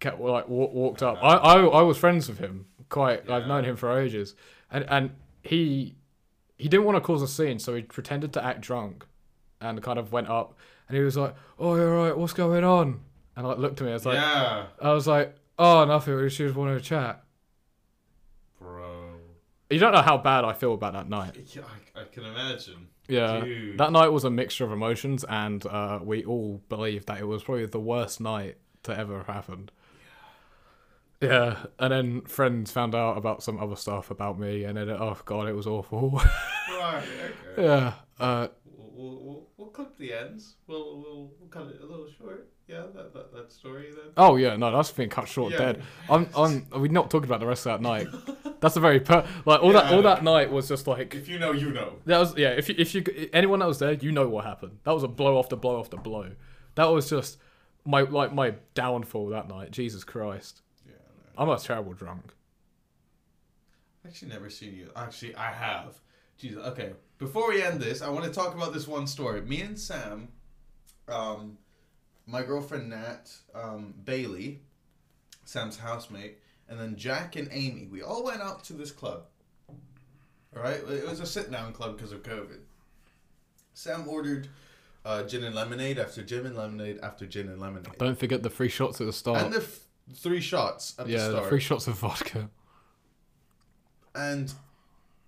S2: kept like wa- walked up. I, I I was friends with him quite I've known him for ages. And and he he didn't want to cause a scene, so he pretended to act drunk and kind of went up and he was like, Oh you're right, what's going on? And like looked at me, I was like
S1: yeah.
S2: I was like, Oh nothing, she just wanted to chat.
S1: Bro.
S2: You don't know how bad I feel about that night.
S1: Yeah, I, I can imagine.
S2: Yeah,
S1: Dude.
S2: that night was a mixture of emotions, and uh, we all believe that it was probably the worst night to ever have happened. Yeah, and then friends found out about some other stuff about me, and then oh god, it was awful. [LAUGHS]
S1: Right. Okay.
S2: yeah, uh,
S1: We'll, we'll, we'll, we'll clip the ends. We'll, we'll we'll cut it a little short. Yeah. That that, that story then.
S2: Oh yeah, no, that's been cut short
S1: Yeah.
S2: dead. I'm, I'm, we're not talking about the rest of that night. That's a very per- like all that all
S1: Yeah.
S2: that night was just like
S1: If you know, you know.
S2: That was yeah. If you, if you anyone that was there, you know what happened. That was a blow after blow after blow. That was just my like my downfall that night. Jesus Christ,
S1: Yeah. No.
S2: I'm a terrible drunk.
S1: I've actually never seen you. Actually, I have. Jesus. Okay. Before we end this, I want to talk about this one story. Me and Sam, um, my girlfriend Nat, um, Bailey, Sam's housemate, and then Jack and Amy. We all went out to this club. All right. It was a sit-down club because of COVID. Sam ordered uh, gin and lemonade after gin and lemonade after gin and lemonade,
S2: Don't forget the three shots at the start.
S1: and the f- three shots at
S2: yeah,
S1: the
S2: the
S1: start.
S2: three shots of vodka.
S1: and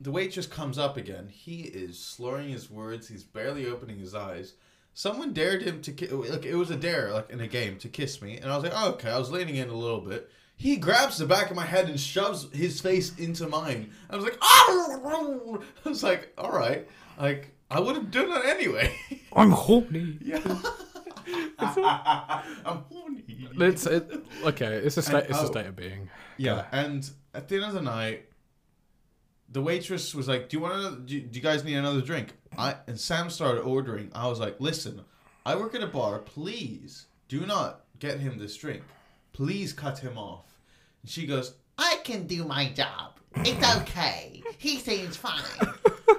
S1: the waitress comes up again. He is slurring his words. He's barely opening his eyes. Someone dared him to ki- like it was a dare like in a game to kiss me, and I was like, oh, okay. I was leaning in a little bit. He grabs the back of my head and shoves his face into mine. I was like, oh! [LAUGHS] I was like, all right, like I would have done that anyway. [LAUGHS]
S2: I'm horny.
S1: yeah, [LAUGHS] I'm horny.
S2: It's it, okay. It's a state. It's
S1: oh.
S2: a state of being.
S1: Yeah, and at the end of the night, the waitress was like, "Do you want another? Do you, do you guys need another drink?" I and Sam started ordering. I was like, "Listen, I work at a bar. Please do not get him this drink. Please cut him off." And she goes,
S5: I can do my job. It's okay. He seems fine.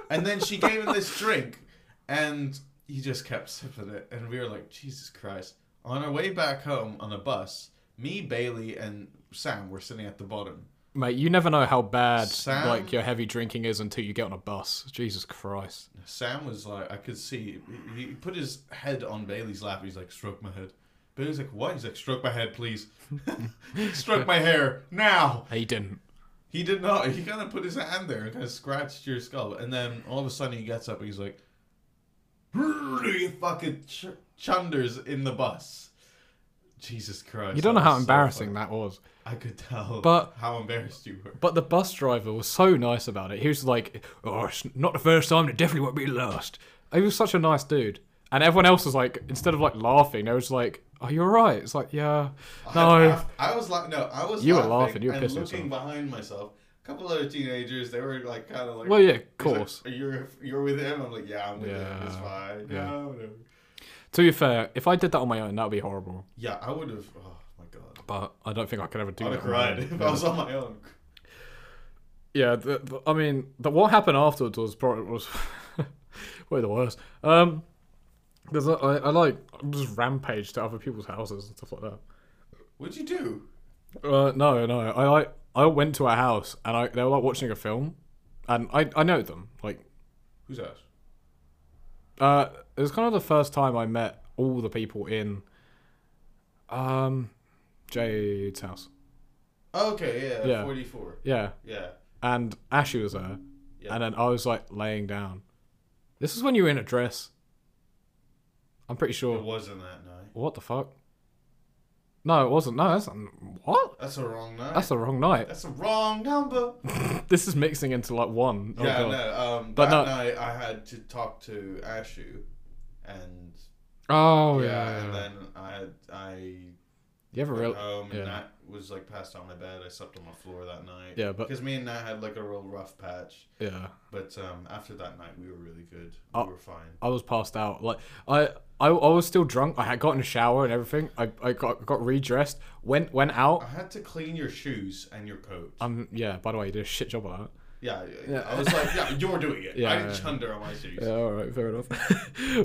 S1: and then she gave him this drink, and he just kept sipping it. And we were like, Jesus Christ. On our way back home on a bus, me, Bailey, and Sam were sitting at the bottom.
S2: Mate, you never know how bad
S1: Sam-
S2: like your heavy drinking is until you get on a bus. Jesus Christ.
S1: Sam was like, I could see. He he put his head on Bailey's lap. He's like, stroke my head. Billy's like, what? He's like, stroke my head, please. [LAUGHS] stroke my hair now.
S2: He didn't.
S1: He did not. He kind of put his hand there and kind of scratched your skull, and then all of a sudden he gets up and he's like, he fucking ch- chunders in the bus. Jesus Christ!
S2: You don't know
S1: that
S2: how
S1: was so
S2: embarrassing
S1: funny.
S2: that was.
S1: I could tell.
S2: But-
S1: how embarrassed you were.
S2: But the bus driver was so nice about it. He was like, "Oh, it's not the first time. It definitely won't be the last." He was such a nice dude, and everyone else was like, instead of like laughing, they was like, "Are you alright?" It's like, "Yeah, no."
S1: I, I was like, no, I was.
S2: You were
S1: laughing
S2: laughing, you were
S1: and
S2: pissing
S1: looking behind myself. A couple other teenagers, they were like, kind of like.
S2: Well, yeah, of
S1: he's like,
S2: course.
S1: "Are you're you're with him. I'm like, yeah, I'm with him. It's
S2: Yeah,
S1: fine.
S2: yeah.
S1: Yeah, whatever.
S2: To be fair, if I did that on my own, that would be horrible.
S1: Yeah, I would have. Oh my god.
S2: But I don't think I could ever do
S1: I'd
S2: that.
S1: have
S2: on my
S1: cried
S2: own.
S1: if [LAUGHS] I was on my own.
S2: Yeah, the, the- I mean, the, what happened afterwards was probably was [LAUGHS] way the worst. Um, because I, I, I like just rampaged to other people's houses and stuff like that.
S1: What'd you do?
S2: Uh, no, no. I like I went to a house and I they were like watching a film, and I I know them. Like
S1: Who's that?
S2: uh, it was kind of the first time I met all the people in um Jade's house.
S1: Okay, yeah,
S2: Yeah.
S1: 44.
S2: Yeah,
S1: Yeah.
S2: and Ashley was there,
S1: Yeah.
S2: and then I was like laying down. This is when you were in a dress. I'm pretty
S1: It
S2: sure.
S1: wasn't that night.
S2: What the fuck? No, it wasn't. No, that's what?
S1: That's the wrong night.
S2: That's the wrong night. [LAUGHS]
S1: That's the wrong number.
S2: This is mixing into like one. Oh,
S1: yeah,
S2: God.
S1: no. Um,
S2: But
S1: that
S2: no-
S1: night I had to talk to Ashu, and
S2: Oh
S1: yeah,
S2: yeah. yeah,
S1: and
S2: yeah.
S1: then I had I
S2: You ever
S1: went
S2: real?
S1: home Um, and
S2: yeah.
S1: Nat was like passed out on my bed. I slept on my floor that night.
S2: Yeah, but-
S1: because me and Nat had like a real rough patch.
S2: Yeah,
S1: But um, after that night, we were really good. We
S2: Oh.
S1: were fine.
S2: I was passed out. Like I, I, I was still drunk. I had gotten a shower and everything. I, I got got redressed. Went went
S1: I
S2: out.
S1: had to clean your shoes and your coat.
S2: Um, yeah. By the way, you did a shit job on
S1: yeah, yeah, I was like, yeah, you're doing it.
S2: [LAUGHS] Yeah,
S1: I didn't
S2: yeah,
S1: chunder on my shoes.
S2: that. [LAUGHS] Yeah. All right. Fair enough.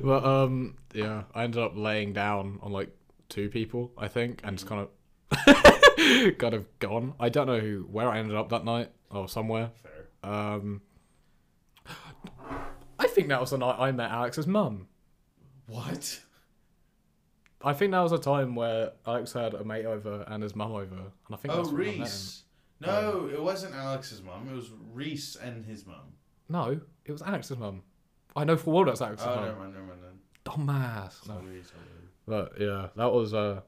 S2: but um, yeah. I ended up laying down on like two people, I think, and just kind of, [LAUGHS] kind of gone. I don't know who, where I ended up that night or somewhere.
S1: Fair.
S2: Um, [GASPS] I think that was the night I met Alex's mum.
S1: What?
S2: I think that was a time where Alex had a mate over and his mum over, and I think
S1: Oh,
S2: that's when I met him. Um,
S1: Reese. No, it wasn't Alex's mum. It was Reese and his mum.
S2: No, it was Alex's mum. I know for a that's Alex's
S1: Oh, never
S2: mum.
S1: mind, never mind. Then.
S2: Dumbass. No.
S1: Totally, totally.
S2: But yeah, that was uh,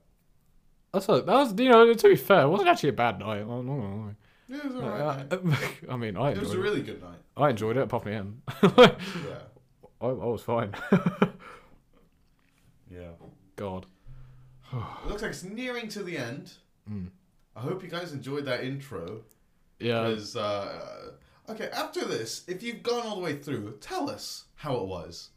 S2: that's a, that was you know to be fair, it wasn't actually a bad night. I'm not gonna lie.
S1: Yeah, it was alright.
S2: Uh,
S1: man.
S2: [LAUGHS] I mean, I
S1: It was
S2: enjoyed
S1: a
S2: it.
S1: really good night.
S2: I enjoyed it. Apart from him, I,
S1: Yeah.
S2: [LAUGHS] I was fine. [LAUGHS]
S1: Yeah.
S2: God.
S1: It looks like it's nearing to the end.
S2: Hmm.
S1: I hope you guys enjoyed that intro.
S2: Yeah.
S1: Because, uh, okay, after this, if you've gone all the way through, tell us how it was.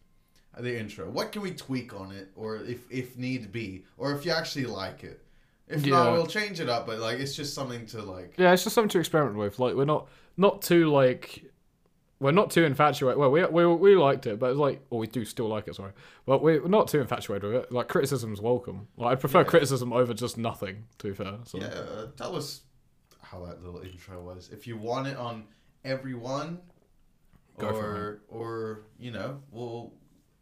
S1: uh, The intro. What can we tweak on it, or if if need be, or if you actually like it. If
S2: Yeah.
S1: not, we'll change it up. But like, it's just something to like.
S2: Yeah, it's just something to experiment with. Like we're not not too like we're not too infatuated. Well, we we we liked it, but it's like or we do still like it. Sorry, but we're not too infatuated with it. Like criticism's welcome. Like I prefer criticism over just nothing. To be fair, so
S1: Yeah, uh, tell us how that little intro was. If you want it on everyone,
S2: Go for
S1: or or you know, well,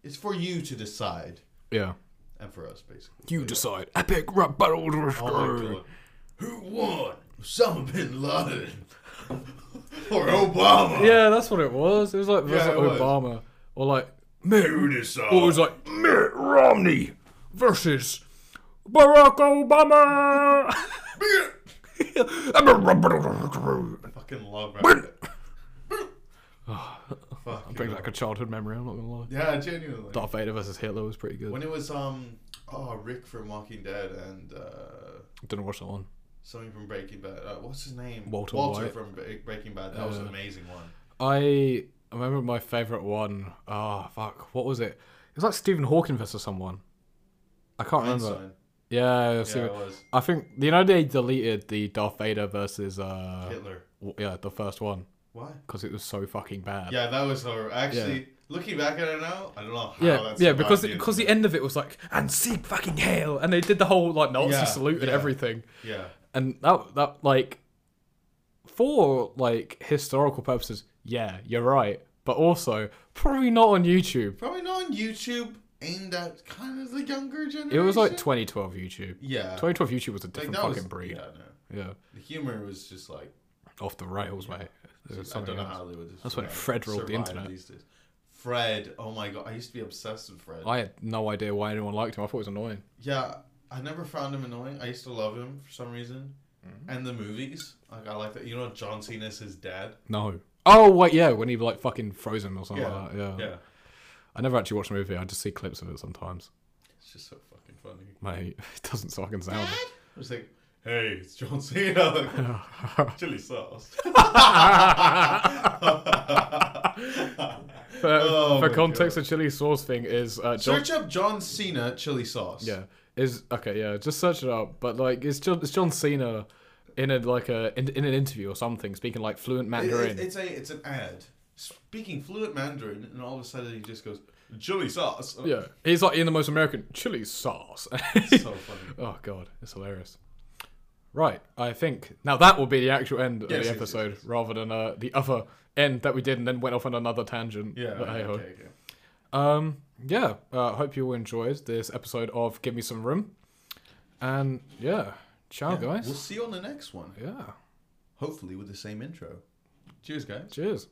S1: it's for you to decide,
S2: yeah.
S1: and for us basically.
S2: You decide. Epic rap battle.
S1: Oh my god, who won? Osama bin Laden or Obama?
S2: yeah, that's what it was. It was like, it was
S1: Yeah,
S2: like
S1: it was.
S2: Obama or like
S1: who decided?
S2: it was like Mitt Romney versus Barack [LAUGHS] Obama.
S1: Fucking love it.
S2: [SIGHS]
S1: Fuck.
S2: Bring back a childhood memory. I'm not gonna lie.
S1: yeah, genuinely.
S2: Darth Vader versus Hitler was pretty good.
S1: When it was um, oh Rick from Walking Dead and. uh
S2: Didn't watch that one.
S1: Something from Breaking Bad. Uh, what's his name?
S2: Walter White.
S1: from Bre- Breaking Bad. That was an amazing one.
S2: I remember my favorite one. Ah, fuck. What was it? It was like Stephen Hawking versus someone. I can't remember.
S1: Einstein.
S2: Yeah, it was
S1: Yeah,
S2: Stephen-
S1: it was
S2: I think you know they deleted the Darth Vader versus uh
S1: Hitler.
S2: w- yeah the first one
S1: Why?
S2: because it was so fucking bad.
S1: Yeah, that was horrible. Actually, looking back at it now, I don't know how
S2: Yeah,
S1: Oh, that's
S2: yeah, because because the end of it was like and seek fucking hail, and they did the whole like Nazi
S1: Yeah,
S2: salute and
S1: yeah.
S2: everything.
S1: Yeah.
S2: and that that like for like historical purposes yeah you're right but also probably not on youtube
S1: Probably not on YouTube. aimed at kind of the younger generation.
S2: It was like 2012 YouTube.
S1: yeah,
S2: 2012 YouTube was a
S1: Like,
S2: different
S1: that was-
S2: fucking breed.
S1: Yeah, no.
S2: Yeah.
S1: The humor was just like
S2: off the rails, mate. It was
S1: I
S2: something
S1: don't know
S2: else.
S1: how they would. have
S2: That's when
S1: survived-
S2: Fred ruled the
S1: survived
S2: internet.
S1: These days. Fred, oh my god, I used to be obsessed with Fred.
S2: I had no idea why anyone liked him. I thought it was annoying.
S1: Yeah, I never found him annoying. I used to love him for some reason.
S2: Mm-hmm.
S1: And the movies, like I like that. You know, John Cena's his dad.
S2: No. Oh wait, yeah, when he like fucking froze him or something
S1: Yeah,
S2: like that. Yeah.
S1: yeah.
S2: I never actually watched the movie. I just see clips of it sometimes.
S1: It's just so fucking funny.
S2: Mate, [LAUGHS] it doesn't fucking sound.
S1: I was like, hey, it's John Cena. [LAUGHS]
S2: [LAUGHS]
S1: Chili sauce. [LAUGHS]
S2: For,
S1: Oh
S2: for
S1: my
S2: context,
S1: God.
S2: the chili sauce thing is uh, John.
S1: Search up John Cena chili sauce.
S2: Yeah, is okay. Yeah, just search it up. But like, it's John, it's John Cena in a like a in, in an interview or something, speaking like fluent
S1: It- it-
S2: Mandarin.
S1: it's a it's an ad. Speaking fluent Mandarin, and all of a sudden he just goes chili sauce. [LAUGHS]
S2: yeah, he's like in the most American chili sauce. [LAUGHS]
S1: so funny.
S2: Oh god, it's hilarious. Right, I think now that will be the actual end of
S1: Yes,
S2: the
S1: yes,
S2: episode
S1: yes, yes.
S2: rather than uh, the other end that we did and then went off on another tangent. [LAUGHS]
S1: Yeah.
S2: But hey-ho.
S1: okay, okay.
S2: Um. Yeah. Uh, hope you all enjoyed this episode of Give Me Some Room. And yeah, ciao
S1: Yeah, We'll
S2: guys.
S1: see you on the next one.
S2: Yeah.
S1: Hopefully with the same intro. Cheers, guys.
S2: Cheers.